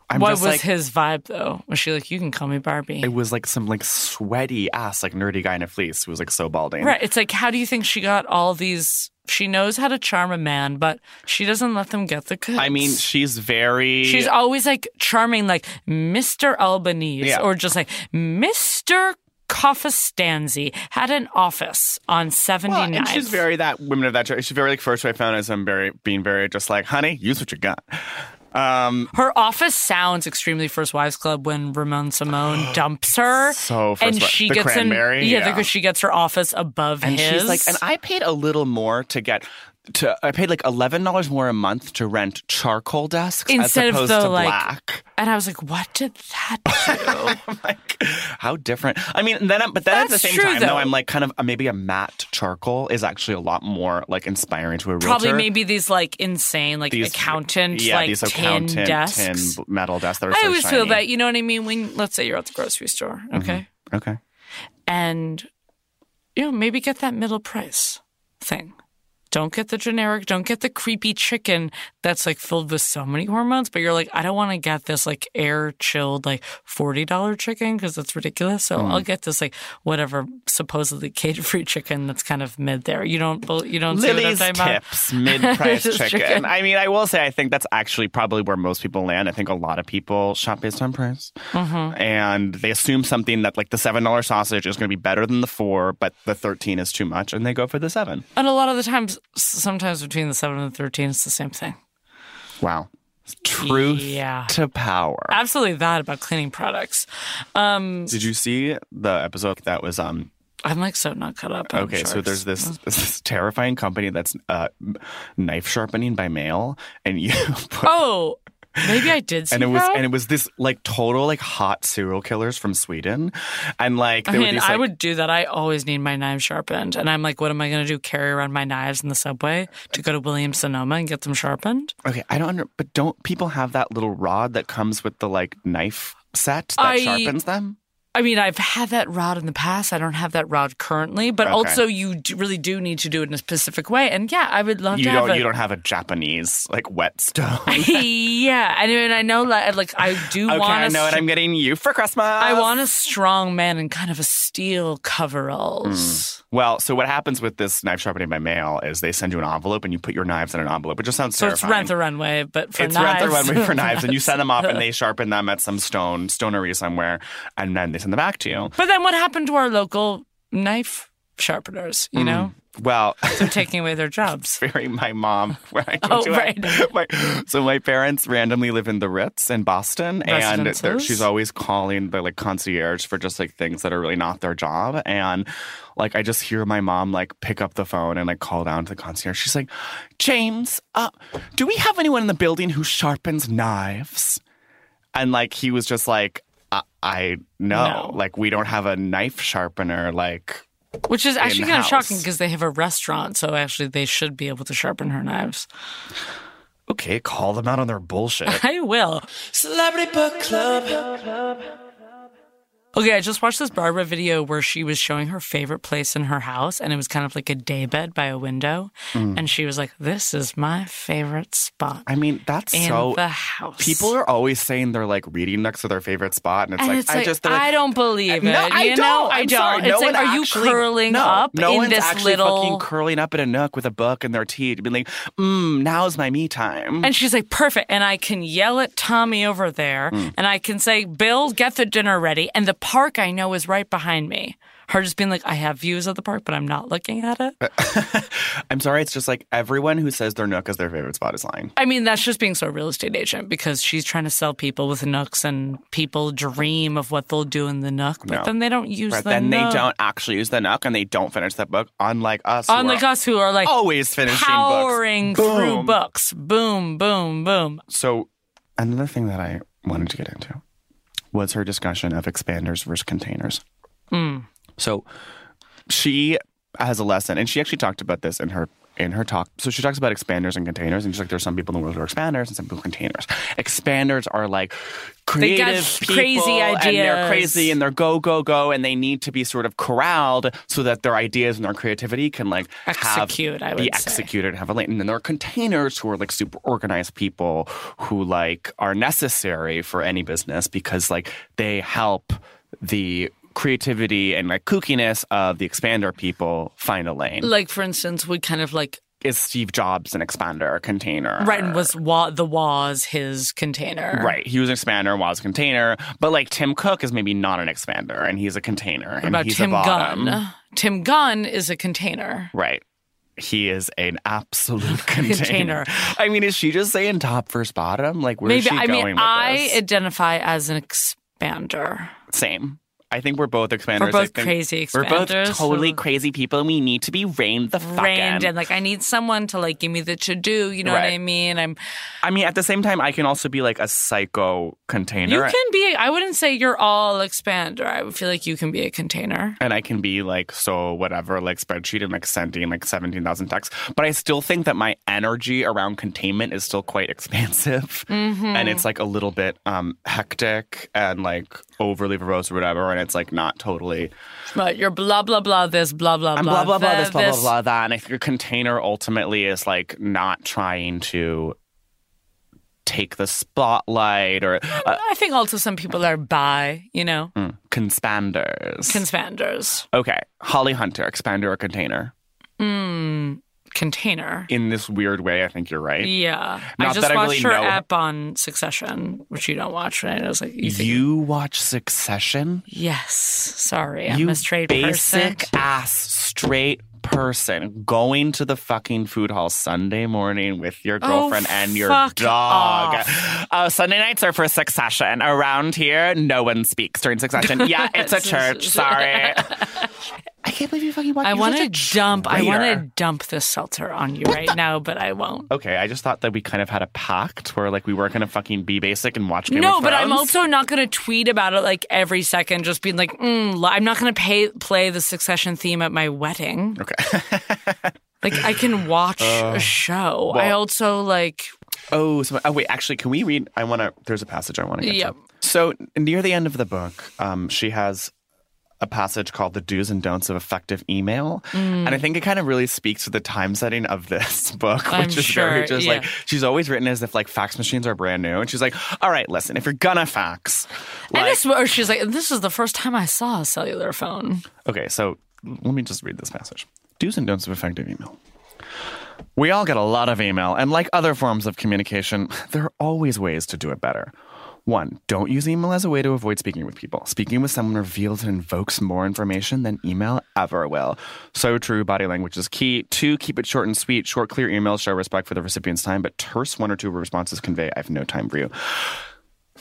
S6: I'm
S5: what was
S6: just like,
S5: his vibe, though? Was she like, you can call me Barbie?
S6: It was like some like sweaty ass like nerdy guy in a fleece who was like so balding.
S5: right. It's like, how do you think she got all these? She knows how to charm a man, but she doesn't let them get the goods.
S6: I mean, she's very.
S5: She's always like charming, like Mr. Albanese,
S6: Yeah.
S5: or just like Mr. Coffestanzi had an office on 79.
S6: well, and she's very that women of that. Genre. She's very like first wave feminism, very being very just like, honey, use what you got. Um,
S5: her office sounds extremely First Wives Club when Ramon Simone dumps her.
S6: So First
S5: and
S6: Wi-
S5: she
S6: the
S5: gets an-
S6: Cranberry,
S5: yeah,
S6: yeah.
S5: because she gets her office above
S6: and
S5: his.
S6: she's like, and I paid a little more to get. To, I paid like eleven dollars more a month to rent charcoal desks
S5: Instead
S6: as
S5: of
S6: opposed
S5: the,
S6: to
S5: like-
S6: black.
S5: and I was like, what did that do?
S6: I'm like, how different. I mean, then, I'm, but then at the
S5: That's
S6: same
S5: true,
S6: time, though,
S5: though.
S6: I'm like, kind of uh, maybe a matte charcoal is actually a lot more like inspiring to a realtor.
S5: Probably maybe these like insane like
S6: These-
S5: accountant
S6: yeah,
S5: like
S6: these
S5: tin
S6: accountant tin
S5: desks.
S6: metal desks. That are
S5: I
S6: so
S5: always
S6: shiny. Mm-hmm.
S5: feel that you know what I mean when let's say you're at the grocery store, okay,
S6: Okay.
S5: and you know maybe get that middle price thing. Don't get the generic, don't get the creepy chicken that's like filled with so many hormones, but you're like, I don't want to get this like air chilled like $40 chicken because that's ridiculous. So
S6: Mm.
S5: I'll get this like whatever supposedly cage free chicken that's kind of mid there. You don't, bel- you don't see what I'm
S6: Lily's
S5: talking about?
S6: tips, mid-price
S5: Just
S6: chicken.
S5: chicken.
S6: I mean, I will say, I think that's actually probably where most people land. I think a lot of people shop based on price, and they assume something that like the seven dollar sausage is going to be better than the four, but the thirteen is too much, and they go for the seven.
S5: And a lot of the times, s- sometimes between the seven and the thirteen, it's the same thing.
S6: Wow, truth
S5: Yeah.
S6: to power.
S5: Absolutely, that about cleaning products. Um,
S6: Did you see the episode that was um
S5: I'm like so not cut up. on
S6: okay, so
S5: sharks.
S6: there's this, this terrifying company that's uh, knife sharpening by mail and you put
S5: Oh, maybe I did see
S6: and it was
S5: that.
S6: and it was this like total like hot serial killers from Sweden and like
S5: I
S6: they were
S5: mean,
S6: these,
S5: I
S6: like-
S5: would do that. I always need my knives sharpened, and I'm like, what am I going to do? Carry around my knives in the subway to go to Williams Sonoma and get them sharpened?
S6: Okay, I don't under but don't people have that little rod that comes with the like knife set that
S5: I-
S6: sharpens them?
S5: I mean, I've had that rod in the past. I don't have that rod currently, but
S6: Okay.
S5: also you d- really do need to do it in a specific way. And yeah, I would love
S6: You
S5: to have
S6: don't
S5: a-
S6: you don't have a Japanese like whetstone.
S5: yeah, I mean, I know, like, like, I do
S6: okay,
S5: want.
S6: I
S5: a
S6: know what
S5: str-
S6: I'm getting you for Christmas.
S5: I want a strong man in kind of a steel coveralls.
S6: Hmm. Well, so what happens with this knife sharpening by mail is they send you an envelope and you put your knives in an envelope, which just sounds
S5: So it's
S6: terrifying.
S5: rent the runway, but for
S6: it's rent
S5: knives.
S6: the runway for knives, and you send them off, and they sharpen them at some stone stonery somewhere, and then they send them back to you.
S5: But then what happened to our local knife
S9: sharpeners, you know?
S5: Mm, Well,
S9: So taking away their jobs.
S5: very my mom when I go
S9: Oh,
S5: to
S9: right.
S5: my, so my parents randomly live in the Ritz in Boston and they're-
S9: Residences?
S5: she's always calling the like concierge for just like things that are really not their job and like I just hear my mom like pick up the phone and like call down to the concierge she's like James uh do we have anyone in the building who sharpens knives and like he was just like I, I no.
S9: No.
S5: like we don't have a knife sharpener like
S9: Which is actually kind of
S5: In-house.
S9: shocking because they have a restaurant, so actually they should be able to sharpen her knives.
S5: okay call them out on their bullshit
S9: I will.
S6: Celebrity Book Club.
S9: Okay, I just watched this Barbara video where she was showing her favorite place in her house, and it was kind of like a daybed by a window. And she was like, This is my favorite spot.
S5: Mm. I mean, that's
S9: in
S5: so.
S9: the house.
S5: People are always saying they're like reading next to their favorite spot, and it's
S9: and
S5: like
S9: it's
S5: I
S9: like,
S5: just they're like,
S9: I don't believe it.
S5: No, I
S9: you
S5: don't.
S9: Know?
S5: I'm
S9: I don't.
S5: Sorry.
S9: It's
S5: no
S9: like,
S5: one
S9: are you
S5: actually-
S9: curling
S5: no,
S9: up
S5: no
S9: in
S5: one's
S9: this
S5: actually
S9: little?
S5: fucking curling up in a nook with a book and their tea, being like, "Mmm, now's my me time."
S9: and she's like, perfect. And I can yell at Tommy over there,
S5: Hmm.
S9: and I can say, Bill, get the dinner ready. And the park I know is right behind me. Her just being like, I have views of the park, but I'm not looking at it.
S5: I'm sorry, it's just like everyone who says their nook is their favorite spot is lying.
S9: I mean, that's just being so real estate agent because she's trying to sell people with nooks and people dream of what they'll do in the nook, but
S5: No.
S9: then they don't use
S5: But
S9: the
S5: then
S9: nook.
S5: they don't actually use the nook and they don't finish that book, unlike us. who
S9: Unlike
S5: are
S9: us who are like
S5: always finishing
S9: powering
S5: books.
S9: through
S5: Boom.
S9: books. Boom, boom, boom.
S5: So, another thing that I wanted to get into was her discussion of expanders versus containers. So, she has a lesson, and she actually talked about this in her in her talk. So she talks about expanders and containers, and she's like, "There's some people in the world who are expanders, and some people are containers. Expanders are like
S9: They got
S5: creative, people,
S9: crazy
S5: and they're
S9: ideas.
S5: crazy, and they're go go go, and they need to be sort of corralled so that their ideas and their creativity can like
S9: Execute, I
S5: Have,
S9: would
S5: be
S9: say.
S5: executed and have a lane. And then there are containers who are like super organized people who like are necessary for any business because like they help the creativity and like kookiness of the expander people find a lane.
S9: Like, for instance, we kind of like,
S5: Is Steve Jobs an expander, a container?
S9: right, and was wa- the was his container.
S5: Right, he was an expander and was a container, but like Tim Cook is maybe not an expander and he's a container and
S9: What about
S5: he's
S9: Tim
S5: a bottom.
S9: Gunn? Tim Gunn is a container.
S5: Right. He is an absolute container.
S9: Container.
S5: I mean, is she just saying top first bottom? Like, where's
S9: Maybe
S5: she
S9: I
S5: going
S9: mean
S5: with
S9: I
S5: this?
S9: identify as an expander.
S5: Same. I think we're both expanders. I
S9: both
S5: think
S9: crazy
S5: We're both
S9: expanders
S5: totally
S9: who-
S5: crazy people, and we need to be reined the fuck
S9: Reined
S5: in.
S9: and like I need someone to like give me the to do. You know what
S5: Right.
S9: I mean? I'm.
S5: I mean, at the same time, I can also be like a psycho container,
S9: You can be. I wouldn't say you're all expander. I would feel like you can be a container.
S5: and I can be like so whatever, like spreadsheet and like sending like seventeen thousand texts. But I still think that my energy around containment is still quite expansive,
S9: Mm-hmm.
S5: and it's like a little bit um hectic and like overly verbose or whatever. And it's like not totally.
S9: But you're blah blah blah. This blah blah
S5: I'm
S9: blah
S5: blah blah blah
S9: the-
S5: this blah blah blah that. And I think a container ultimately is like not trying to take the spotlight or uh,
S9: I think also some people are bi. You know,
S5: mm, conspanders.
S9: conspanders.
S5: okay, Holly Hunter, expander or container?
S9: Mm, container.
S5: In this weird way, I think you're right.
S9: Yeah,
S5: Not
S9: I just
S5: that I
S9: watched
S5: really
S9: her
S5: know.
S9: app on Succession, which you don't watch, right? I was like, you, think-
S5: You watch Succession?
S9: yes, sorry, I'm
S5: you
S9: a straight person.
S5: basic ass straight person going to the fucking food hall Sunday morning with your
S9: Oh,
S5: girlfriend and your
S9: fuck
S5: dog. Uh, Sunday nights are for Succession. Around here, no one speaks during Succession. Yeah, it's a church. Sorry. I can't believe you fucking watch.
S9: I
S5: you're
S9: want
S5: such
S9: to
S5: a
S9: dump. I want
S5: traitor.
S9: to dump this seltzer on you right now, but I won't.
S5: Okay, I just thought that we kind of had a pact where like we weren't gonna fucking be basic and watch Game
S9: no,
S5: of
S9: but I'm
S5: Thrones.
S9: also not going to tweet about it like every second, just being like, mm, li- I'm not going to pay play the Succession theme at my wedding.
S5: okay. Uh,
S9: Like I can watch a show. I
S5: well-
S9: also like
S5: Oh, so, oh wait, actually, can we read? I want to. There's a passage I want to get
S9: Yep.
S5: to. So near the end of the book, um, she has a passage called "The Do's and Don'ts of Effective Email,"
S9: Mm.
S5: and I think it kind of really speaks to the time setting of this book, which
S9: I'm
S5: is
S9: sure,
S5: very just like
S9: yeah.
S5: she's always written as if like fax machines are brand new, and she's like, "All right, listen, if you're gonna fax,
S9: and
S5: like,
S9: this or she's like, this is the first time I saw a cellular phone.
S5: Okay, so let me just read this passage. Do's and don'ts of effective email. We all get a lot of email, and like other forms of communication, there are always ways to do it better.
S6: One, don't use email as a way to avoid speaking with people. Speaking with someone reveals and invokes more information than email ever will. So true, body language is key. Two, keep it short and sweet. Short, clear emails show respect for the recipient's time, but terse one or two responses convey, I have no time for you.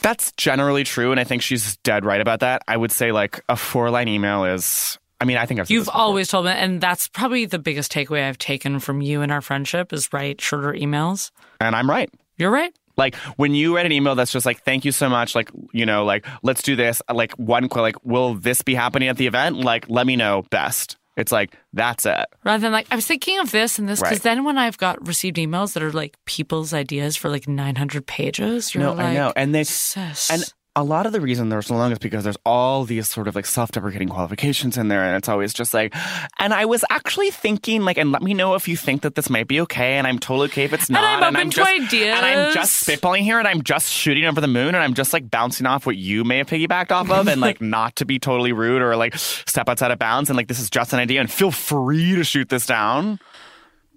S6: That's generally true, and I think she's dead right about that. I would say like a four line email is. I mean, I think I've. said
S5: You've
S6: this
S5: always told me, and that's probably the biggest takeaway I've taken from you and our friendship is write shorter emails.
S6: And I'm right.
S5: You're right.
S6: Like when you write an email that's just like, thank you so much. Like, you know, like, let's do this. Like, one, qu- like, will this be happening at the event? Like, let me know best. It's like, that's it.
S5: Rather than like, I was thinking of this and this, because
S6: Right.
S5: then when I've got received emails that are like people's ideas for like 900 pages, you're
S6: no,
S5: like,
S6: I know. And they,
S5: sis.
S6: and a lot of the reason they're so long is because there's all these sort of like self deprecating qualifications in there. And it's always just like, and I was actually thinking, like, and let me know if you think that this might be okay. And I'm totally okay if it's
S5: And
S6: not.
S5: I'm open to
S6: just,
S5: ideas.
S6: And I'm just spitballing here and I'm just shooting over the moon and I'm just like bouncing off what you may have piggybacked off of and like not to be totally rude or like step outside of bounds. And like, this is just an idea and feel free to shoot this down.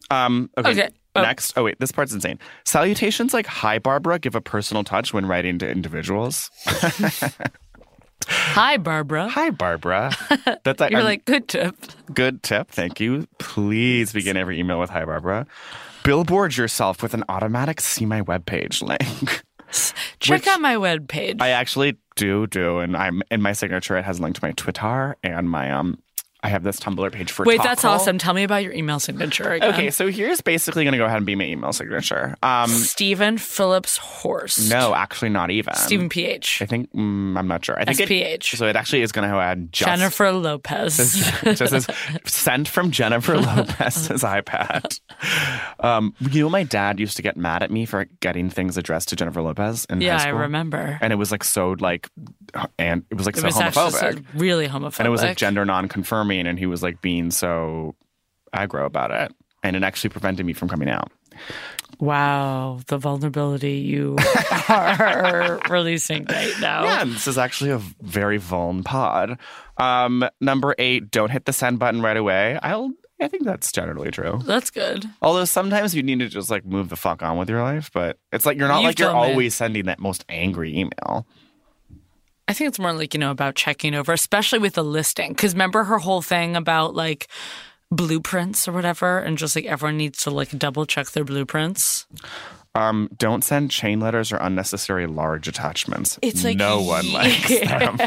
S6: Um, okay.
S5: Okay. Oh.
S6: Next. Oh, wait, this part's insane. Salutations like hi, Barbara, give a personal touch when writing to individuals.
S5: hi, Barbara.
S6: hi, Barbara. That's like,
S5: You're
S6: I'm-
S5: like, good tip.
S6: good tip. Thank you. Please begin every email with hi, Barbara. Billboard yourself with an automatic see my webpage link.
S5: Check
S6: Which-
S5: out my webpage.
S6: I actually do do, and I'm in my signature. It has a link to my Twitter and my um. I have this Tumblr page for
S5: Wait,
S6: Top
S5: that's
S6: Call.
S5: awesome. Tell me about your email signature again.
S6: Okay, so here's basically going to go ahead and be my email signature. Um,
S5: Stephen Phillips Horse.
S6: no, actually, not even
S5: Stephen PH.
S6: I think mm, I'm not sure. I think it-
S5: SPH.
S6: so it actually is going to go ahead and just
S5: Jennifer Lopez.
S6: just as sent from Jennifer Lopez's iPad. Um, you know, my dad used to get mad at me for getting things addressed to Jennifer Lopez in
S5: yeah,
S6: high
S5: I
S6: school.
S5: remember.
S6: And it was like so like, and it was like
S5: it
S6: so
S5: was actually
S6: homophobic,
S5: so- really homophobic.
S6: and it was like gender non-confirming, and he was like being so aggro about it, and it actually prevented me from coming out.
S5: Wow, the vulnerability you are releasing right now.
S6: Yeah, and this is actually a very vuln pod. Um, number eight, don't hit the send button right away. I'll. I think that's generally true.
S5: That's good.
S6: Although sometimes you need to just like move the fuck on with your life, but it's like you're not
S5: You've
S6: like you're
S5: done it.
S6: always sending that most angry email.
S5: I think it's more like, you know, about checking over, especially with the listing. Because remember her whole thing about like blueprints or whatever, and just like everyone needs to like double check their blueprints.
S6: Um, don't send chain letters or unnecessary large attachments.
S5: It's like
S6: no one likes them.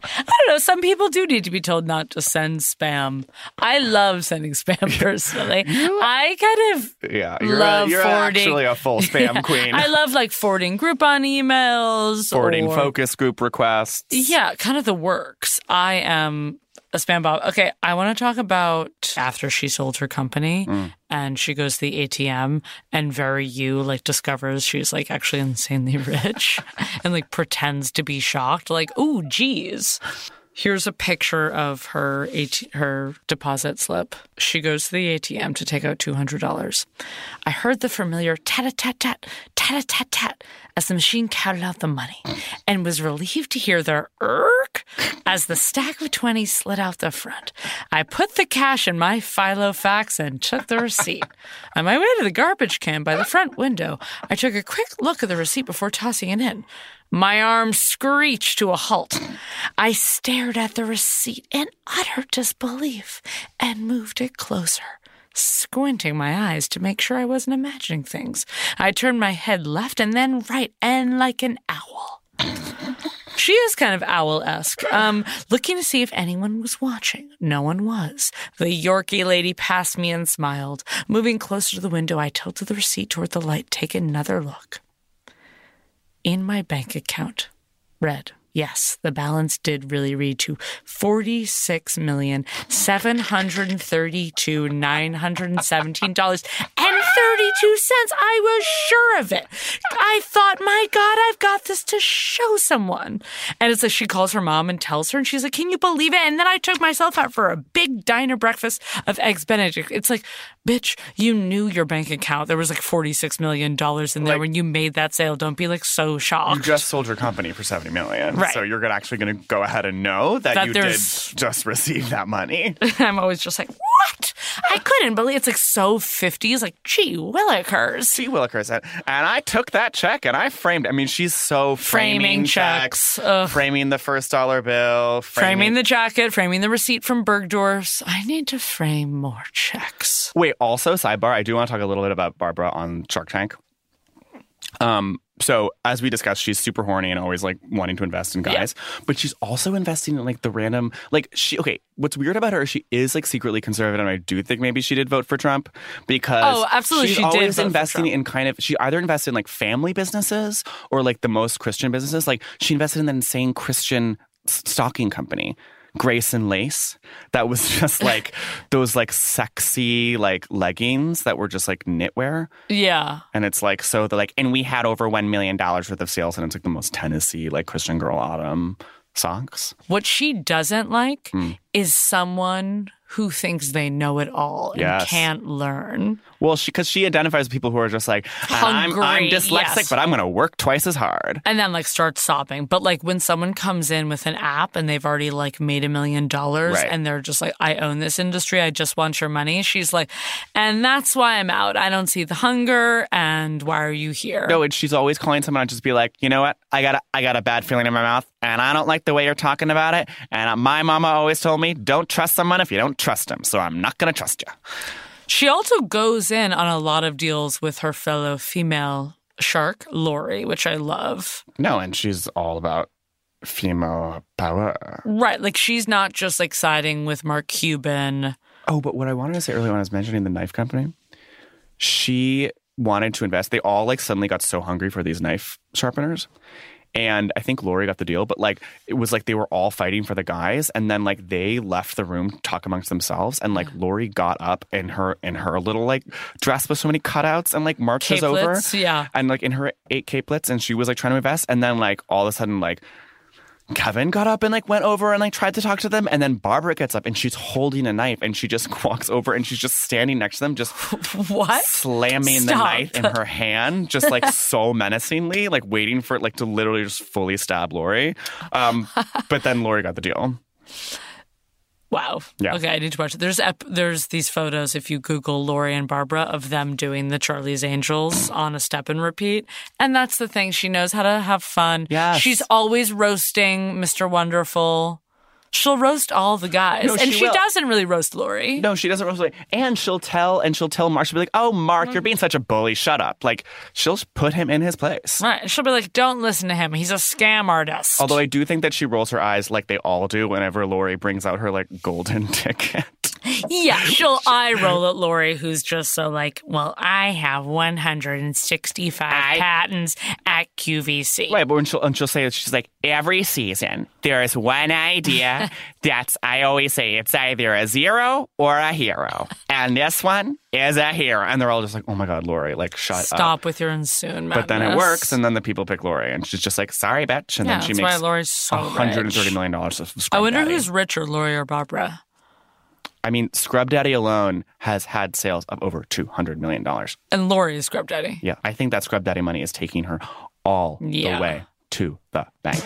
S5: I don't know. Some people do need to be told not to send spam. I love sending spam personally. I kind of
S6: Yeah, you're, a-
S5: love
S6: you're
S5: forwarding.
S6: actually a full spam queen.
S5: I love like forwarding Groupon emails,
S6: forwarding
S5: or,
S6: focus group requests.
S5: Yeah, kind of the works. I am a spam bob. Okay, I want to talk about after she sold her company
S6: Mm.
S5: and she goes to the ATM and very you like discovers she's like actually insanely rich and like pretends to be shocked, like, oh, geez. Here's a picture of her AT- her deposit slip. She goes to the ATM to take out two hundred dollars. I heard the familiar tat a tat tat tat a tat tat as the machine counted out the money, and was relieved to hear their irk as the stack of twenty slid out the front. I put the cash in my philo fax and took the receipt. On my way to the garbage can by the front window, I took a quick look at the receipt before tossing it in. My arm screeched to a halt. I stared at the receipt in utter disbelief and moved it closer, squinting my eyes to make sure I wasn't imagining things. I turned my head left and then right, and like an owl. She is kind of owl esque. Um, looking to see if anyone was watching. No one was. The Yorkie lady passed me and smiled. Moving closer to the window, I tilted the receipt toward the light, take another look in my bank account. Red. Yes, the balance did really read to forty-six million seven hundred thirty-two nine hundred seventeen dollars and thirty-two cents. I was sure of it. I thought, my God, I've got this to show someone. And it's like she calls her mom and tells her, and she's like, "Can you believe it?" And then I took myself out for a big diner breakfast of eggs Benedict. It's like, bitch, you knew your bank account. There was like forty-six million dollars in there
S6: Like-
S5: when you made that sale. Don't be like so
S6: You
S5: shocked.
S6: just sold your company for seventy million,
S5: Right.
S6: so you're gonna actually going to go ahead and know that,
S5: That
S6: you
S5: there's-
S6: did just receive that money.
S5: I'm always just like, what?
S10: I couldn't believe it's like so 50s, like, gee, Willikers.
S5: She Willikers. And, and I took that check and I framed. I mean, she's so framing,
S10: Framing
S5: checks,
S10: checks. Ugh.
S5: framing the first dollar bill,
S10: Framing the jacket, framing the receipt from Bergdorf's. I need to frame more checks.
S5: Wait, also sidebar, I do want to talk a little bit about Barbara on Shark Tank. Um, so as we discussed, she's super horny and always like wanting to invest in guys, but she's also investing in like the random like she okay, what's weird about her is she is like secretly conservative and I do think maybe she did vote for Trump because
S10: Oh, absolutely,
S5: she's
S10: she did
S5: always
S10: vote for
S5: investing
S10: Trump.
S5: in kind of she either invested in like family businesses or like the most Christian businesses. Like she invested in that insane Christian s- stocking company. Grace and Lace. That was just like those like sexy like leggings that were just like knitwear.
S10: Yeah.
S5: And it's like, so they're like, and we had over $1 million worth of sales. And it's like the most Tennessee, like Christian girl autumn socks. Hmm.
S10: What she doesn't like is someone who thinks they know it all and
S5: Yes.
S10: can't learn.
S5: Well, she, cause she identifies with people who are just like, I'm, I'm
S10: Hungry,
S5: dyslexic,
S10: yes.
S5: but I'm going to work twice as hard.
S10: And then like starts sobbing. But like when someone comes in with an app and they've already like made a million dollars
S5: Right.
S10: and they're just like, I own this industry, I just want your money, she's like, and that's why I'm out. I don't see the hunger and why are you here?
S5: No, and she's always calling someone and just be like, you know what? I got a, I got a bad feeling in my mouth, and I don't like the way you're talking about it. And uh, my mama always told me, don't trust someone if you don't trust them. So I'm not gonna trust you.
S10: She also goes in on a lot of deals with her fellow female shark, Lori, which I love.
S5: No, and she's all about female power.
S10: Right. Like she's not just like siding with Mark Cuban.
S5: Oh, but what I wanted to say earlier when I was mentioning the knife company, she wanted to invest. They all like suddenly got so hungry for these knife sharpeners. And I think Lori got the deal, but like it was like they were all fighting for the guys, and then like they left the room to talk amongst themselves, and like Lori got up in her in her little like dress with so many cutouts and like marches
S10: Capelets,
S5: over,
S10: yeah.
S5: and like in her eight capelets, and she was like trying to invest, and then like all of a sudden like Kevin got up and like went over and like tried to talk to them, and then Barbara gets up and she's holding a knife and she just walks over and she's just standing next to them, just
S10: What?
S5: slamming the
S10: Stop.
S5: knife in her hand, just like so menacingly, like waiting for it like to literally just fully stab Lori. Um, but then Lori got the deal.
S10: Wow.
S5: Yeah.
S10: Okay, I need to watch it. There's ep- there's these photos if you Google Lori and Barbara of them doing the Charlie's Angels on a step and repeat, and that's the thing. She knows how to have fun.
S5: Yes.
S10: She's always roasting Mr. Wonderful. She'll roast all the guys,
S5: No,
S10: and
S5: she
S10: she
S5: will.
S10: doesn't really roast Lori.
S5: No, she doesn't really. And she'll tell and she'll tell Mark. She'll be like, "Oh, Mark,
S10: Mm.
S5: you're being such a bully. Shut up!" Like she'll put him in his place.
S10: Right? She'll be like, "Don't listen to him. He's a scam artist."
S5: Although I do think that she rolls her eyes like they all do whenever Lori brings out her like golden ticket.
S10: Yeah, she'll eye roll at Lori, who's just so like, well, I have 165 patents at QVC.
S5: Right, but when she'll, and she'll say, it, she's like, every season there is one idea that's, I always say, it's either a zero or a hero. And this one is a hero. And they're all just like, oh my God, Lori, like, shut up.
S10: Stop with your ensuing madness.
S5: But then it works, and then the people pick Lori, and she's just like, sorry, bitch. And
S10: yeah,
S5: then she
S10: that's
S5: makes
S10: why Lori's so
S5: $130
S10: rich.
S5: million dollars of Scrub
S10: I wonder
S5: Daddy.
S10: who's richer, Lori or Barbara.
S5: I mean, Scrub Daddy alone has had sales of over $200 million.
S10: And Lori is Scrub Daddy.
S5: Yeah, I think that Scrub Daddy money is taking her all
S10: Yeah.
S5: the way to the bank.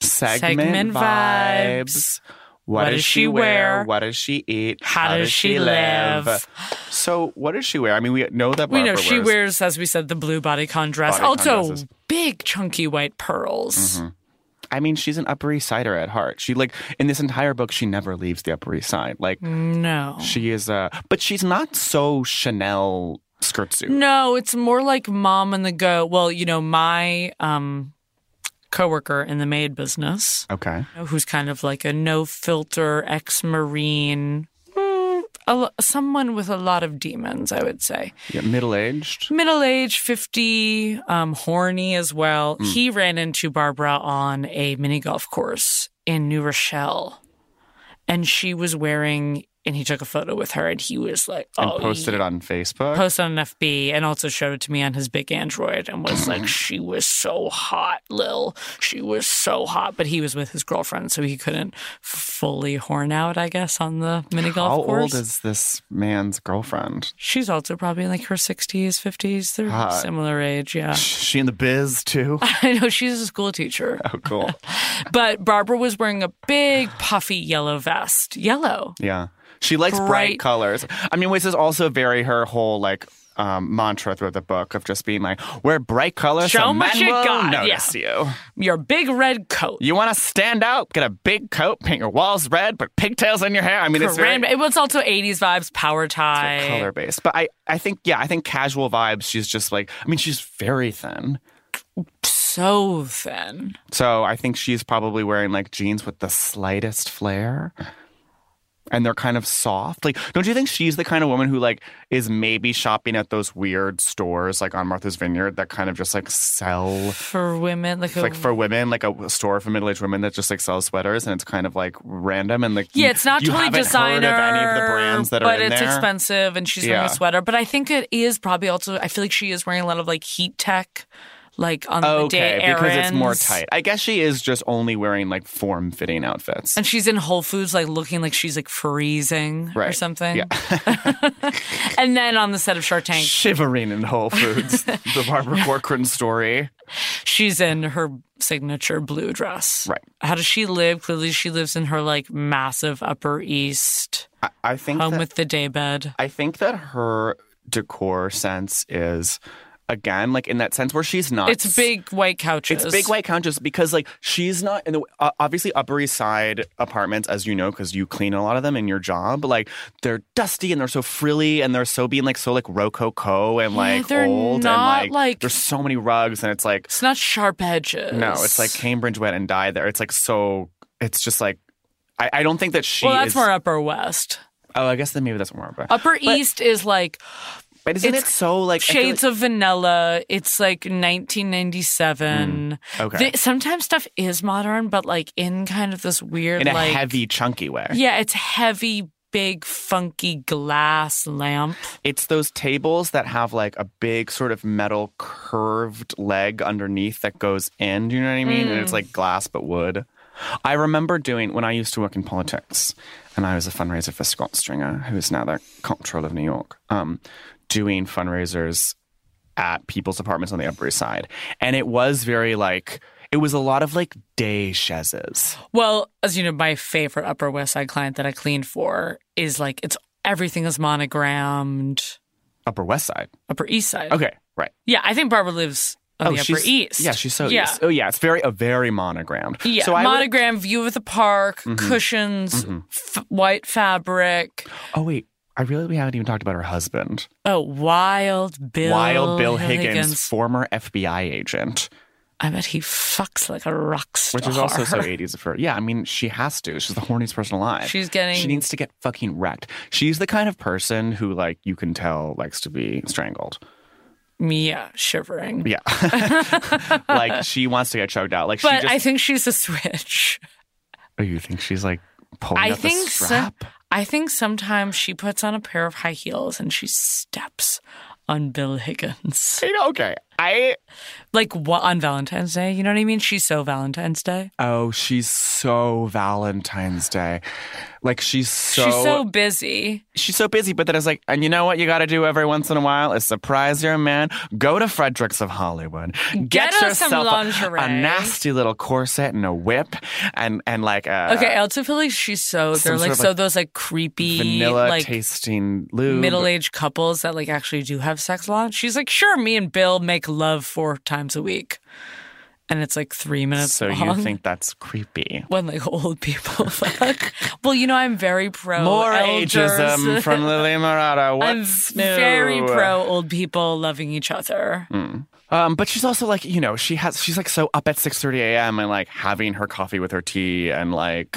S5: Segment,
S10: Segment vibes.
S5: What, does she wear? What does she eat?
S10: How does she live?
S5: So, what does she wear? I mean, we know that
S10: We know
S5: Barbara
S10: she wears, as we said, the blue bodycon dress.
S5: Bodycon
S10: also,
S5: dresses. Mm-hmm.
S10: big chunky white pearls.
S5: I mean, she's an Upper East Sider at heart. She like in this entire book, she never leaves the Upper East Side. Like
S10: No.
S5: She is uh but she's not so Chanel skirt suit.
S10: No, it's more like mom and the go. Well, you know, my um coworker in the maid business,
S5: Okay.
S10: who's kind of like a no filter ex marine, mm, a lo- someone with a lot of demons, I would say.
S5: Yeah, middle aged.
S10: Middle aged, 50, um, horny as
S6: Hmm.
S10: well. He ran into Barbara on a mini golf course in New Rochelle, and she was wearing
S5: and he took a photo with her and he was like,
S6: and
S5: oh,
S6: posted it on Facebook.
S5: Posted on FB and also showed it to me on his big Android and was like, she was so hot, Lil. She was so hot. But he was with his girlfriend, so he couldn't fully horn out, I guess, on the mini golf
S6: How
S5: course.
S6: old is this man's girlfriend?
S5: She's also probably in like her 60s, 50s. They're
S6: Hot.
S5: similar age, yeah.
S6: She in the biz too.
S5: I know she's a school teacher.
S6: Oh, cool.
S5: But Barbara was wearing a big puffy yellow vest. Yellow.
S6: Yeah. She likes bright,
S5: Bright-
S6: colors. I mean, which is also very her whole like um, mantra throughout the book of just being like, wear bright colors.
S5: Show
S6: so
S5: 'em what
S6: men
S5: you
S6: will
S5: got."
S6: Notice you.
S5: Your big red coat.
S6: You want to stand out? Get a big coat, paint your walls red, put pigtails in your hair. I mean, it's very
S5: Paran- it was also 80s vibes, power tie.
S6: color based. But I, I think, yeah, I think casual vibes. She's just like, I mean, she's very thin.
S5: So thin.
S6: So I think she's probably wearing like jeans with the slightest flare. And they're kind of soft. Like, don't you think she's the kind of woman who like is maybe shopping at those weird stores like on Martha's Vineyard that kind of just like sell
S5: For women, like, a,
S6: like for women, like a store for middle-aged women that just like sells sweaters and it's kind of like random and like
S5: yeah, it's not
S6: you
S5: totally
S6: haven't
S5: designer.
S6: heard of any of the brands that are
S5: but
S6: in
S5: it's
S6: there.
S5: expensive and she's wearing
S6: Yeah.
S5: a sweater. But I think it is probably also, I feel like she is wearing a lot of like heat tech, like on the
S6: Okay,
S5: day
S6: because it's more
S5: errands.
S6: tight. I guess she is just only wearing like form-fitting outfits.
S5: And she's in Whole Foods, like looking like she's like freezing or
S6: Right.
S5: something.
S6: Yeah.
S5: and then on the set of Shark Tank,
S6: Shivering in Whole Foods, the Barbara Corcoran story.
S5: she's in her signature blue dress.
S6: Right.
S5: How does she live? Clearly, she lives in her like massive Upper East
S6: I, I think
S5: home
S6: that,
S5: with the daybed.
S6: I think that her decor sense is again like in that sense where she's not
S5: It's big white couches.
S6: It's big white couches because like she's not in the uh, obviously Upper East Side apartments as you know because you clean a lot of them in your job. Like they're dusty and they're so frilly and they're so being like so like rococo and
S5: Yeah,
S6: like
S5: they're
S6: old
S5: not,
S6: and like,
S5: like-
S6: there's so many rugs and it's like
S5: It's not sharp edges.
S6: no, it's like Cambridge wet and died there. It's like so. It's just like I, I don't think that she.
S5: well, that's
S6: is,
S5: more Upper West.
S6: Oh, I guess then maybe that's more. But,
S5: Upper East is like
S6: but isn't
S5: it's
S6: it so like I feel
S5: shades
S6: like-
S5: of vanilla. It's like 1997.
S6: Mm, okay.
S5: Th- sometimes stuff is modern, but like in kind of this weird,
S6: in a
S5: like
S6: heavy, chunky way?
S5: Yeah, it's heavy, big, funky glass lamp.
S6: It's those tables that have like a big sort of metal curved leg underneath that goes in. Do you know what I mean?
S5: Mm.
S6: And it's like glass but wood. I remember doing when I used to work in politics, and I was a fundraiser for Scott Stringer, who is now the comptroller of New York. Um, doing fundraisers at people's apartments on the Upper East Side, and it was very like it was a lot of like day chaises.
S5: Well, as you know, my favorite Upper West Side client that I cleaned for is like it's everything is monogrammed.
S6: Upper West Side.
S5: Upper East Side.
S6: Okay, right. Oh,
S5: Yeah, I think Barbara lives on the Upper
S6: she's-
S5: East.
S6: Yeah, she's so
S5: yeah.
S6: east. Oh yeah, it's very a very monogrammed.
S5: Yeah,
S6: So I would- Mm-hmm.
S5: monogram view of the park, cushions, f- white fabric.
S6: Oh wait, I realize we haven't even talked about her husband,
S5: Oh, Wild Bill.
S6: Wild Bill Higgins, former FBI agent,
S5: I bet he fucks like a rock star.
S6: which is also so eighties of her. Yeah, I mean, she has to. She's the horniest person alive.
S5: She's getting-
S6: She needs to get fucking wrecked. She's the kind of person who, like, you can tell likes to be strangled.
S5: Mia shivering.
S6: Yeah, like she wants to get choked out. Like,
S5: But
S6: she just,
S5: I think she's a switch.
S6: Oh, you think she's like pulling
S5: I
S6: out
S5: think
S6: the
S5: so-
S6: strap?
S5: I think sometimes she puts on a pair of high heels and she steps on Bill Higgins.
S6: You know, okay, I.
S5: Like what on Valentine's Day, you know what I mean? She's so Valentine's Day.
S6: Oh, she's so Valentine's Day. Like she's so
S5: She's so busy.
S6: she's so busy, but then it's like, and you know what you got to do every once in a while is surprise your man. Go to Fredericks of Hollywood,
S5: Get her some
S6: yourself a-
S5: lingerie.
S6: A, nasty little corset and a whip, and and like a
S5: Okay, I also feel like she's so they're
S6: some
S5: like
S6: sort of,
S5: so
S6: like,
S5: those like creepy
S6: vanilla
S5: like
S6: tasting lube.
S5: middle aged couples that like actually do have sex a lot. She's like, sure, me and Bill make love four times a week. And it's like three minutes
S6: So
S5: long.
S6: you think that's creepy?
S5: when like old people fuck. well, you know, I'm very pro
S6: More
S5: elders.
S6: ageism from Lily Murata.
S5: I'm
S6: What's new?
S5: very pro old people loving each other.
S6: Um, but she's also like, you know, she has she's like so up at six thirty a.m. and like having her coffee with her tea and like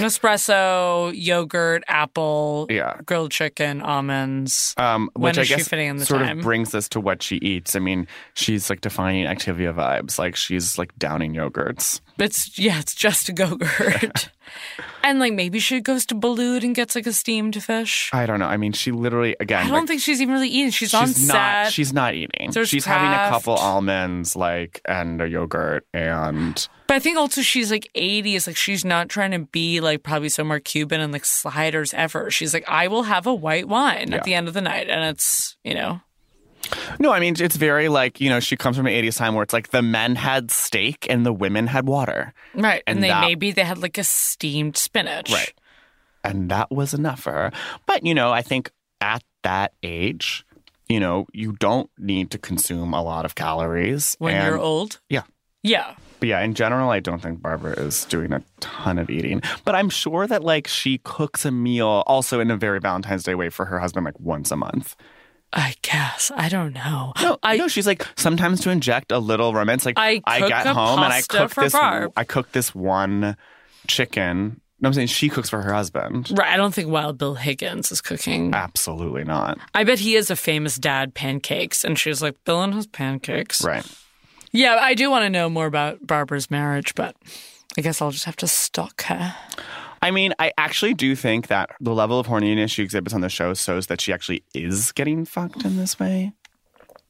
S5: Nespresso, yogurt, apple,
S6: Yeah.
S5: grilled chicken, almonds.
S6: Um,
S5: When
S6: which
S5: is
S6: I
S5: she
S6: guess
S5: fitting in the
S6: sort
S5: time?
S6: of brings us to what she eats. I mean, she's like defining Activia vibes. Like she's like downing yogurts.
S5: It's yeah, it's just a go-gurt. and like maybe she goes to Balud and gets like a steamed fish.
S6: I don't know. I mean, she literally again.
S5: I don't
S6: like,
S5: think she's even really eating. She's,
S6: she's
S5: on
S6: not.
S5: set.
S6: She's not eating.
S5: There's
S6: she's having a
S5: Kraft.
S6: couple almonds, like, and a yogurt, and
S5: But I think also she's like 80. It's like she's not trying to be like probably somewhere Cuban and like sliders ever. She's like, I will have a white wine
S6: Yeah.
S5: at the end of the night. And it's, you know,
S6: no. I mean, it's very like you know, she comes from an '80s time where it's like the men had steak and the women had water,
S5: right. And,
S6: And
S5: they
S6: that-
S5: maybe they had like a steamed spinach.
S6: Right. and that was enough for her. But you know, I think at that age, you know, you don't need to consume a lot of calories
S5: When
S6: and-
S5: you're old.
S6: Yeah.
S5: Yeah.
S6: But yeah, in general, I don't think Barbara is doing a ton of eating. But I'm sure that like she cooks a meal also in a very Valentine's Day way for her husband like once a month.
S5: I guess. I don't know.
S6: No,
S5: I,
S6: no, she's like sometimes to inject a little romance. Like
S5: I cook
S6: get
S5: a
S6: home and I
S5: pasta
S6: cook
S5: for
S6: this
S5: Barb.
S6: I cook this one chicken. No, I'm saying she cooks for her husband.
S5: Right. I don't think Wild Bill Higgins is cooking.
S6: Absolutely not.
S5: I bet he is a famous dad pancakes. And she was like, Bill and his pancakes.
S6: Right.
S5: Yeah. I do want to know more about Barbara's marriage, but I guess I'll just have to stalk her.
S6: I mean, I actually do think that the level of horniness she exhibits on the show shows that she actually is getting fucked in this way.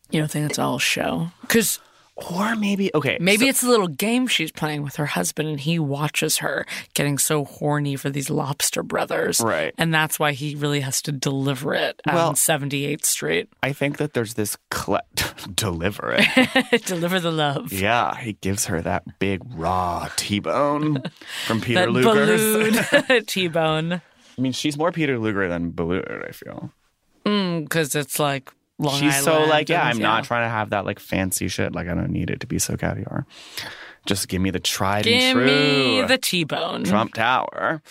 S5: You don't think it's all show? Because
S6: Or maybe okay.
S5: maybe it's a little game she's playing with her husband, and he watches her getting so horny for these lobster brothers,
S6: Right.
S5: And that's why he really has to deliver it
S6: Well-
S5: on Seventy Eighth Street.
S6: I think that there's this cle- deliver it.
S5: deliver the love.
S6: yeah, he gives her that big raw T-bone from Peter
S5: That
S6: Luger's.
S5: balloon T-bone,
S6: I mean, she's more Peter Luger than Balloon. I feel
S5: because Hmm, it's like Long
S6: she's so
S5: Island
S6: like, yeah,
S5: and-
S6: I'm not trying to have that like fancy shit. Like, I don't need it to be so caviar. Just give me the tried and
S5: Give
S6: true.
S5: me the T-bone.
S6: Trump Tower.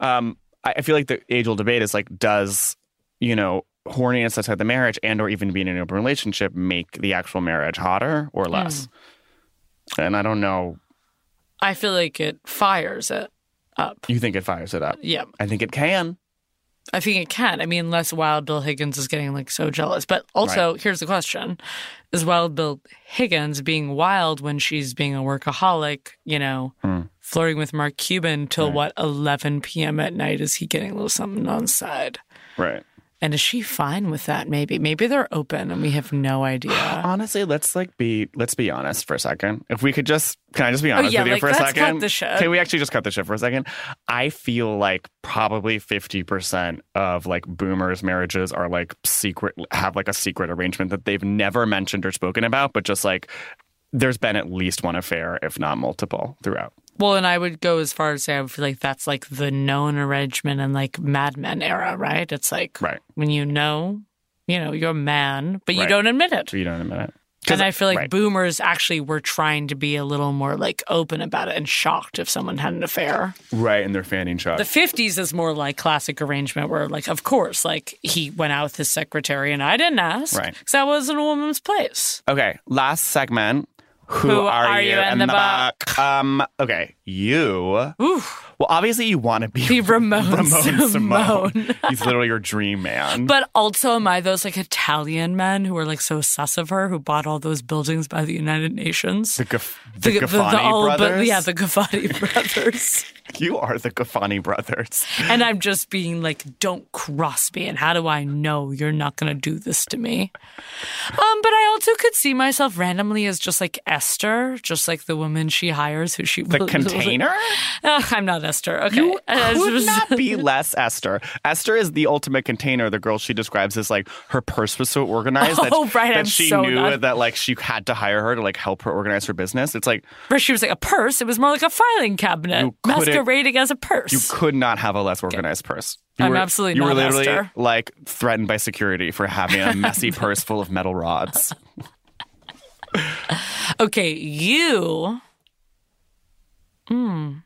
S6: Um, I, I feel like the age-old debate is like, does you know horniness outside the marriage and or even being in an open relationship make the actual marriage hotter
S5: Hmm.
S6: or less? And I don't know.
S5: I feel like it fires it up.
S6: You think it fires it up?
S5: Yeah.
S6: I think it can.
S5: I think it can. I mean, unless Wild Bill Higgins is getting like so jealous. But also, here's the question Is Wild Bill Higgins being wild when she's being a workaholic, you know, flirting with Mark Cuban till what, 11 p.m. at night? Is he getting a little something on the side?
S6: Right.
S5: And is she fine with that? Maybe. Maybe they're open and we have no idea.
S6: Honestly, let's like be let's be honest for a second. If we could just can I just be
S5: Oh,
S6: honest
S5: yeah,
S6: with you
S5: like,
S6: for a
S5: let's cut
S6: second?
S5: the shit.
S6: Can we actually just cut the shit for a second? I feel like probably fifty percent of like boomers' marriages are like secret have like a secret arrangement that they've never mentioned or spoken about, but just like there's been at least one affair, if not multiple, throughout.
S5: Well, and I would go as far as say I would feel like that's like the known arrangement and like Mad Men era, right? It's like
S6: Right.
S5: when you know, you know, you're a man, but you
S6: Right.
S5: don't admit it.
S6: So you know in a minute. 'Cause-
S5: And I feel like
S6: right.
S5: boomers actually were trying to be a little more like open about it and shocked if someone had an affair.
S6: Right, and they're fanning shots.
S5: The 50s is more like classic arrangement where like of course like he went out with his secretary and I didn't ask
S6: Right.
S5: cuz that wasn't a woman's place.
S6: Okay, last segment. Who,
S5: Who are you in the
S6: book? Um, okay, you. Well, obviously, you want to be
S5: Be Ramon
S6: Ramon
S5: Simone.
S6: He's literally your dream man.
S5: But also, am I those like Italian men who are like so sus of her who bought all those buildings by the United Nations?
S6: the Gaf- the,
S5: the- the
S6: Gafani
S5: all- but-
S6: brothers.
S5: yeah, the Gafani brothers.
S6: you are the Gafani brothers.
S5: And I'm just being like, don't cross me. And how do I know you're not going to do this to me? Um, but I also could see myself randomly as just like Esther, just like the woman she hires who she
S6: The container.
S5: Ugh, I'm not Esther. Okay.
S6: You
S5: Uh,
S6: could not be less Esther. Esther is the ultimate container. The girl she describes as like her purse was so organized that,
S5: Oh, right,
S6: that
S5: I'm
S6: she
S5: so
S6: knew
S5: not-
S6: that like she had to hire her to like help her organize her business. It's like
S5: Where she was like a purse. It was more like a filing cabinet
S6: You couldn't-
S5: masquerading as a purse.
S6: You could not have a less organized purse. You
S5: I'm absolutely
S6: You were
S5: not
S6: literally
S5: Esther.
S6: like threatened by security for having a messy purse full of metal rods.
S5: Okay, you.
S6: Am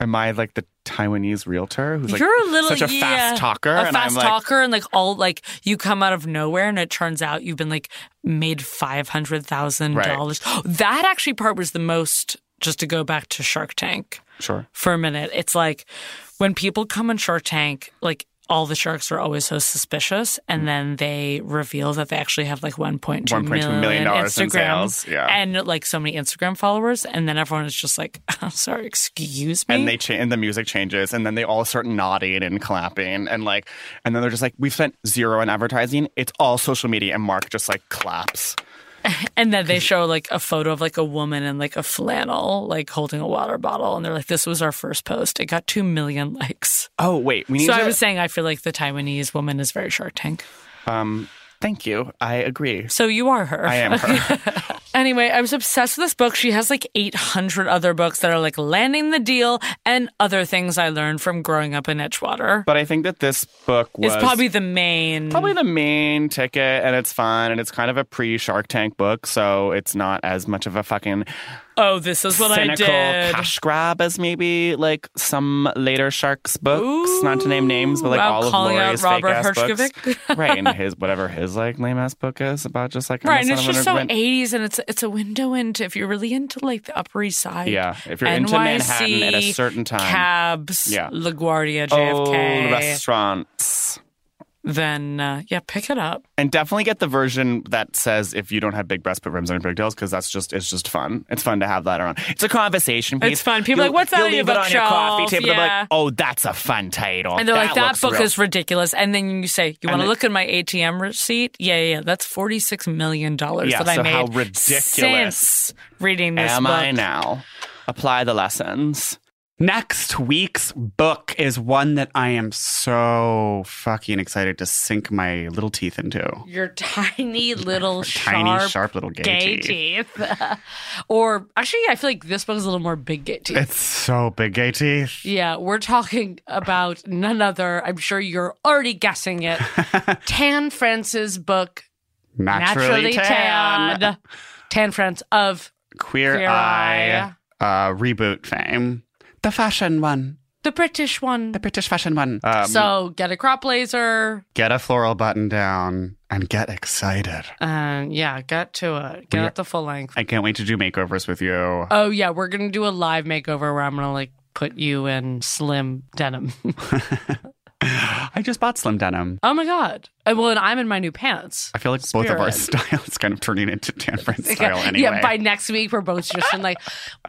S6: I like the Taiwanese realtor who's like
S5: you're a little
S6: such a
S5: yeah,
S6: fast talker?
S5: a
S6: and I'm
S5: fast
S6: like,
S5: talker, and like all like you come out of nowhere, and it turns out you've been like made five hundred thousand dollars. That actually part was the most. Just to go back to Shark Tank
S6: Sure.
S5: for a minute, it's like when people come on Shark Tank, like all the sharks are always so suspicious,
S6: Mm.
S5: and then they reveal that they actually have like 1.2
S6: $1.2 million
S5: million
S6: dollars in
S5: Instagram
S6: sales, yeah.
S5: and like so many Instagram followers, and then everyone is just like, "I'm sorry, excuse me."
S6: and they cha- and the music changes and then they all start nodding and clapping and like and then they're just like we've spent zero on advertising it's all social media and mark just like claps
S5: And then they show like a photo of like a woman in like a flannel, like holding a water bottle, and they're like, "This was our first post. It got two million likes."
S6: oh wait we need
S5: so
S6: to
S5: I was saying, I feel like the Taiwanese woman is very Shark Tank.
S6: um thank you i agree
S5: So you are her.
S6: i am her
S5: Anyway, I was obsessed with this book. She has like 800 other books that are like landing the deal and other things I learned from growing up in Edgewater.
S6: but i think that this book was
S5: It's probably the main.
S6: probably the main ticket and it's fun and it's kind of a pre Shark Tank book, so it's not as much of a fucking
S5: oh, this is what I
S6: cynical
S5: did.
S6: cash grab as maybe like some later Sharks books. not to name names, but like
S5: Ooh, wow,
S6: all of
S5: calling out
S6: Laurie's
S5: Robert
S6: fake ass books.
S5: Hershkovich.
S6: right, and his whatever his like lame ass book is about just like I'm a
S5: Right,
S6: son
S5: and it's
S6: of an
S5: just so
S6: immigrant.
S5: 80s, and it's it's a window into if you're really into like the Upper East Side.
S6: Yeah, if you're into Manhattan at a
S5: NYC,
S6: certain time.
S5: Cabs,
S6: Yeah.
S5: LaGuardia,
S6: Old
S5: JFK,
S6: restaurants.
S5: then uh, yeah, pick it up.
S6: And definitely get the version that says if you don't have big breasts, put rims on your pigtails because that's just it's just fun. It's fun to have that around. It's a conversation piece.
S5: It's fun. People are
S6: You'll-
S5: like, "What's that
S6: you'll
S5: on your
S6: leave it on your coffee
S5: bookshelf?"
S6: table. They're
S5: Yeah.
S6: like, "Oh, that's a fun title."
S5: And they're like, that
S6: looks
S5: book
S6: real."
S5: is ridiculous. And then you say, you want to
S6: it-
S5: look at my ATM receipt? Yeah, yeah, yeah. That's $46 million
S6: Yeah,
S5: that I
S6: so
S5: made.
S6: how ridiculous
S5: Since reading this
S6: Am
S5: book.
S6: I now? Apply the lessons.
S11: Next week's book is one that I am so fucking excited to sink my little teeth into.
S5: Your tiny little
S11: Tiny,
S5: sharp,
S11: sharp little gay
S5: teeth. or actually, I feel like this book is a little more big gay teeth.
S11: It's so big, gay teeth.
S5: yeah, we're talking about none other. I'm sure you're already guessing it. Tan France's book,
S11: Naturally,
S5: Naturally,
S11: tan.
S5: Tan. Tan France of
S11: Queer,
S5: Queer
S11: Eye uh, reboot fame. The fashion one.
S5: the British one.
S11: The British fashion one. Um,
S5: so get a crop laser.
S11: get a floral button down and get excited.
S5: Um, yeah, get to it. Get
S11: We-
S5: out the full length.
S11: I can't wait to do makeovers with you.
S5: Oh yeah, we're gonna do a live makeover where I'm gonna like put you in slim denim.
S11: I just bought slim denim.
S5: oh my god. Uh, Well, and I'm in my new pants.
S11: I feel like both of our
S5: Spirit.
S11: styles kind of turning into Dan Friend's style anyway.
S5: Yeah, by next week we're both just in like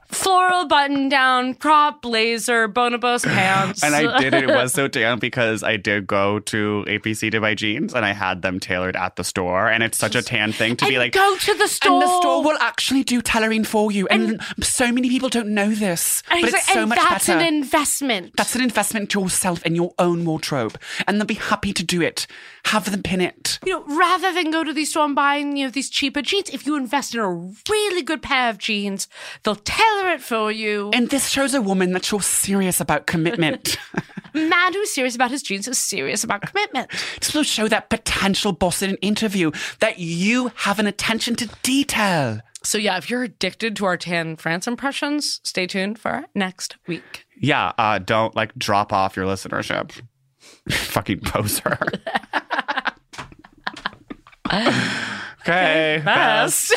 S5: floral button down, crop blazer, bonobos pants.
S11: and I did it. It was so damn because I did go to APC to buy jeans and I had them tailored at the store. And it's such a tan thing to be
S5: And
S11: like,
S5: go to the store.
S11: And the store will actually do tailoring for you. And, so many people don't know this,
S5: And
S11: but it's
S5: he's like,
S11: so
S5: and
S11: much
S5: that's
S11: better.
S5: an investment.
S11: that's an investment to yourself and your own wardrobe. And they'll be happy to do it. Have them pin it.
S5: you know, rather than go to the store and buy you know these cheaper jeans, if you invest in a really good pair of jeans, they'll tailor it for you.
S11: And this shows a woman that you're serious about commitment.
S5: man who's serious about his dreams is serious about commitment.
S11: This will show that potential boss in an interview that you have an attention to detail.
S5: So yeah, if you're addicted to our Tan France impressions, stay tuned for next week.
S11: Yeah, uh, don't like drop off your listenership. Fucking poser. okay, best.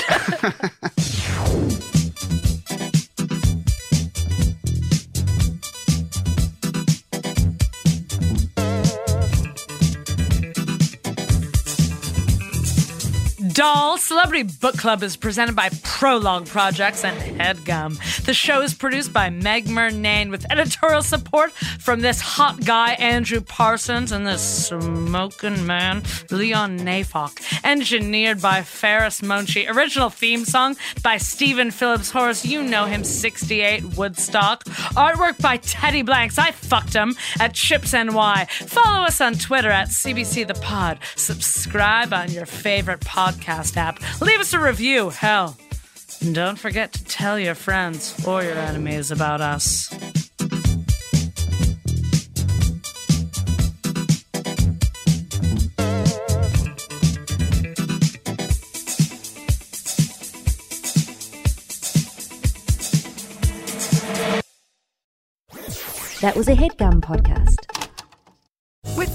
S5: Doll Celebrity Book Club is presented by Prologue Projects and Headgum. The show is produced by Meg Murnane with editorial support from this hot guy Andrew Parsons and this smoking man Leon Nafok. Engineered by Ferris Monchi. Original theme song by Stephen Phillips Horace. You know him, 68 Woodstock. Artwork by Teddy Blanks. I fucked him at Chips NY. Follow us on Twitter at CBC The Pod. Subscribe on your favorite podcast app. Leave us a review. Hell. And don't forget to tell your friends or your enemies about us.
S3: That was a headgum podcast.
S12: With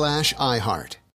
S6: iHeart.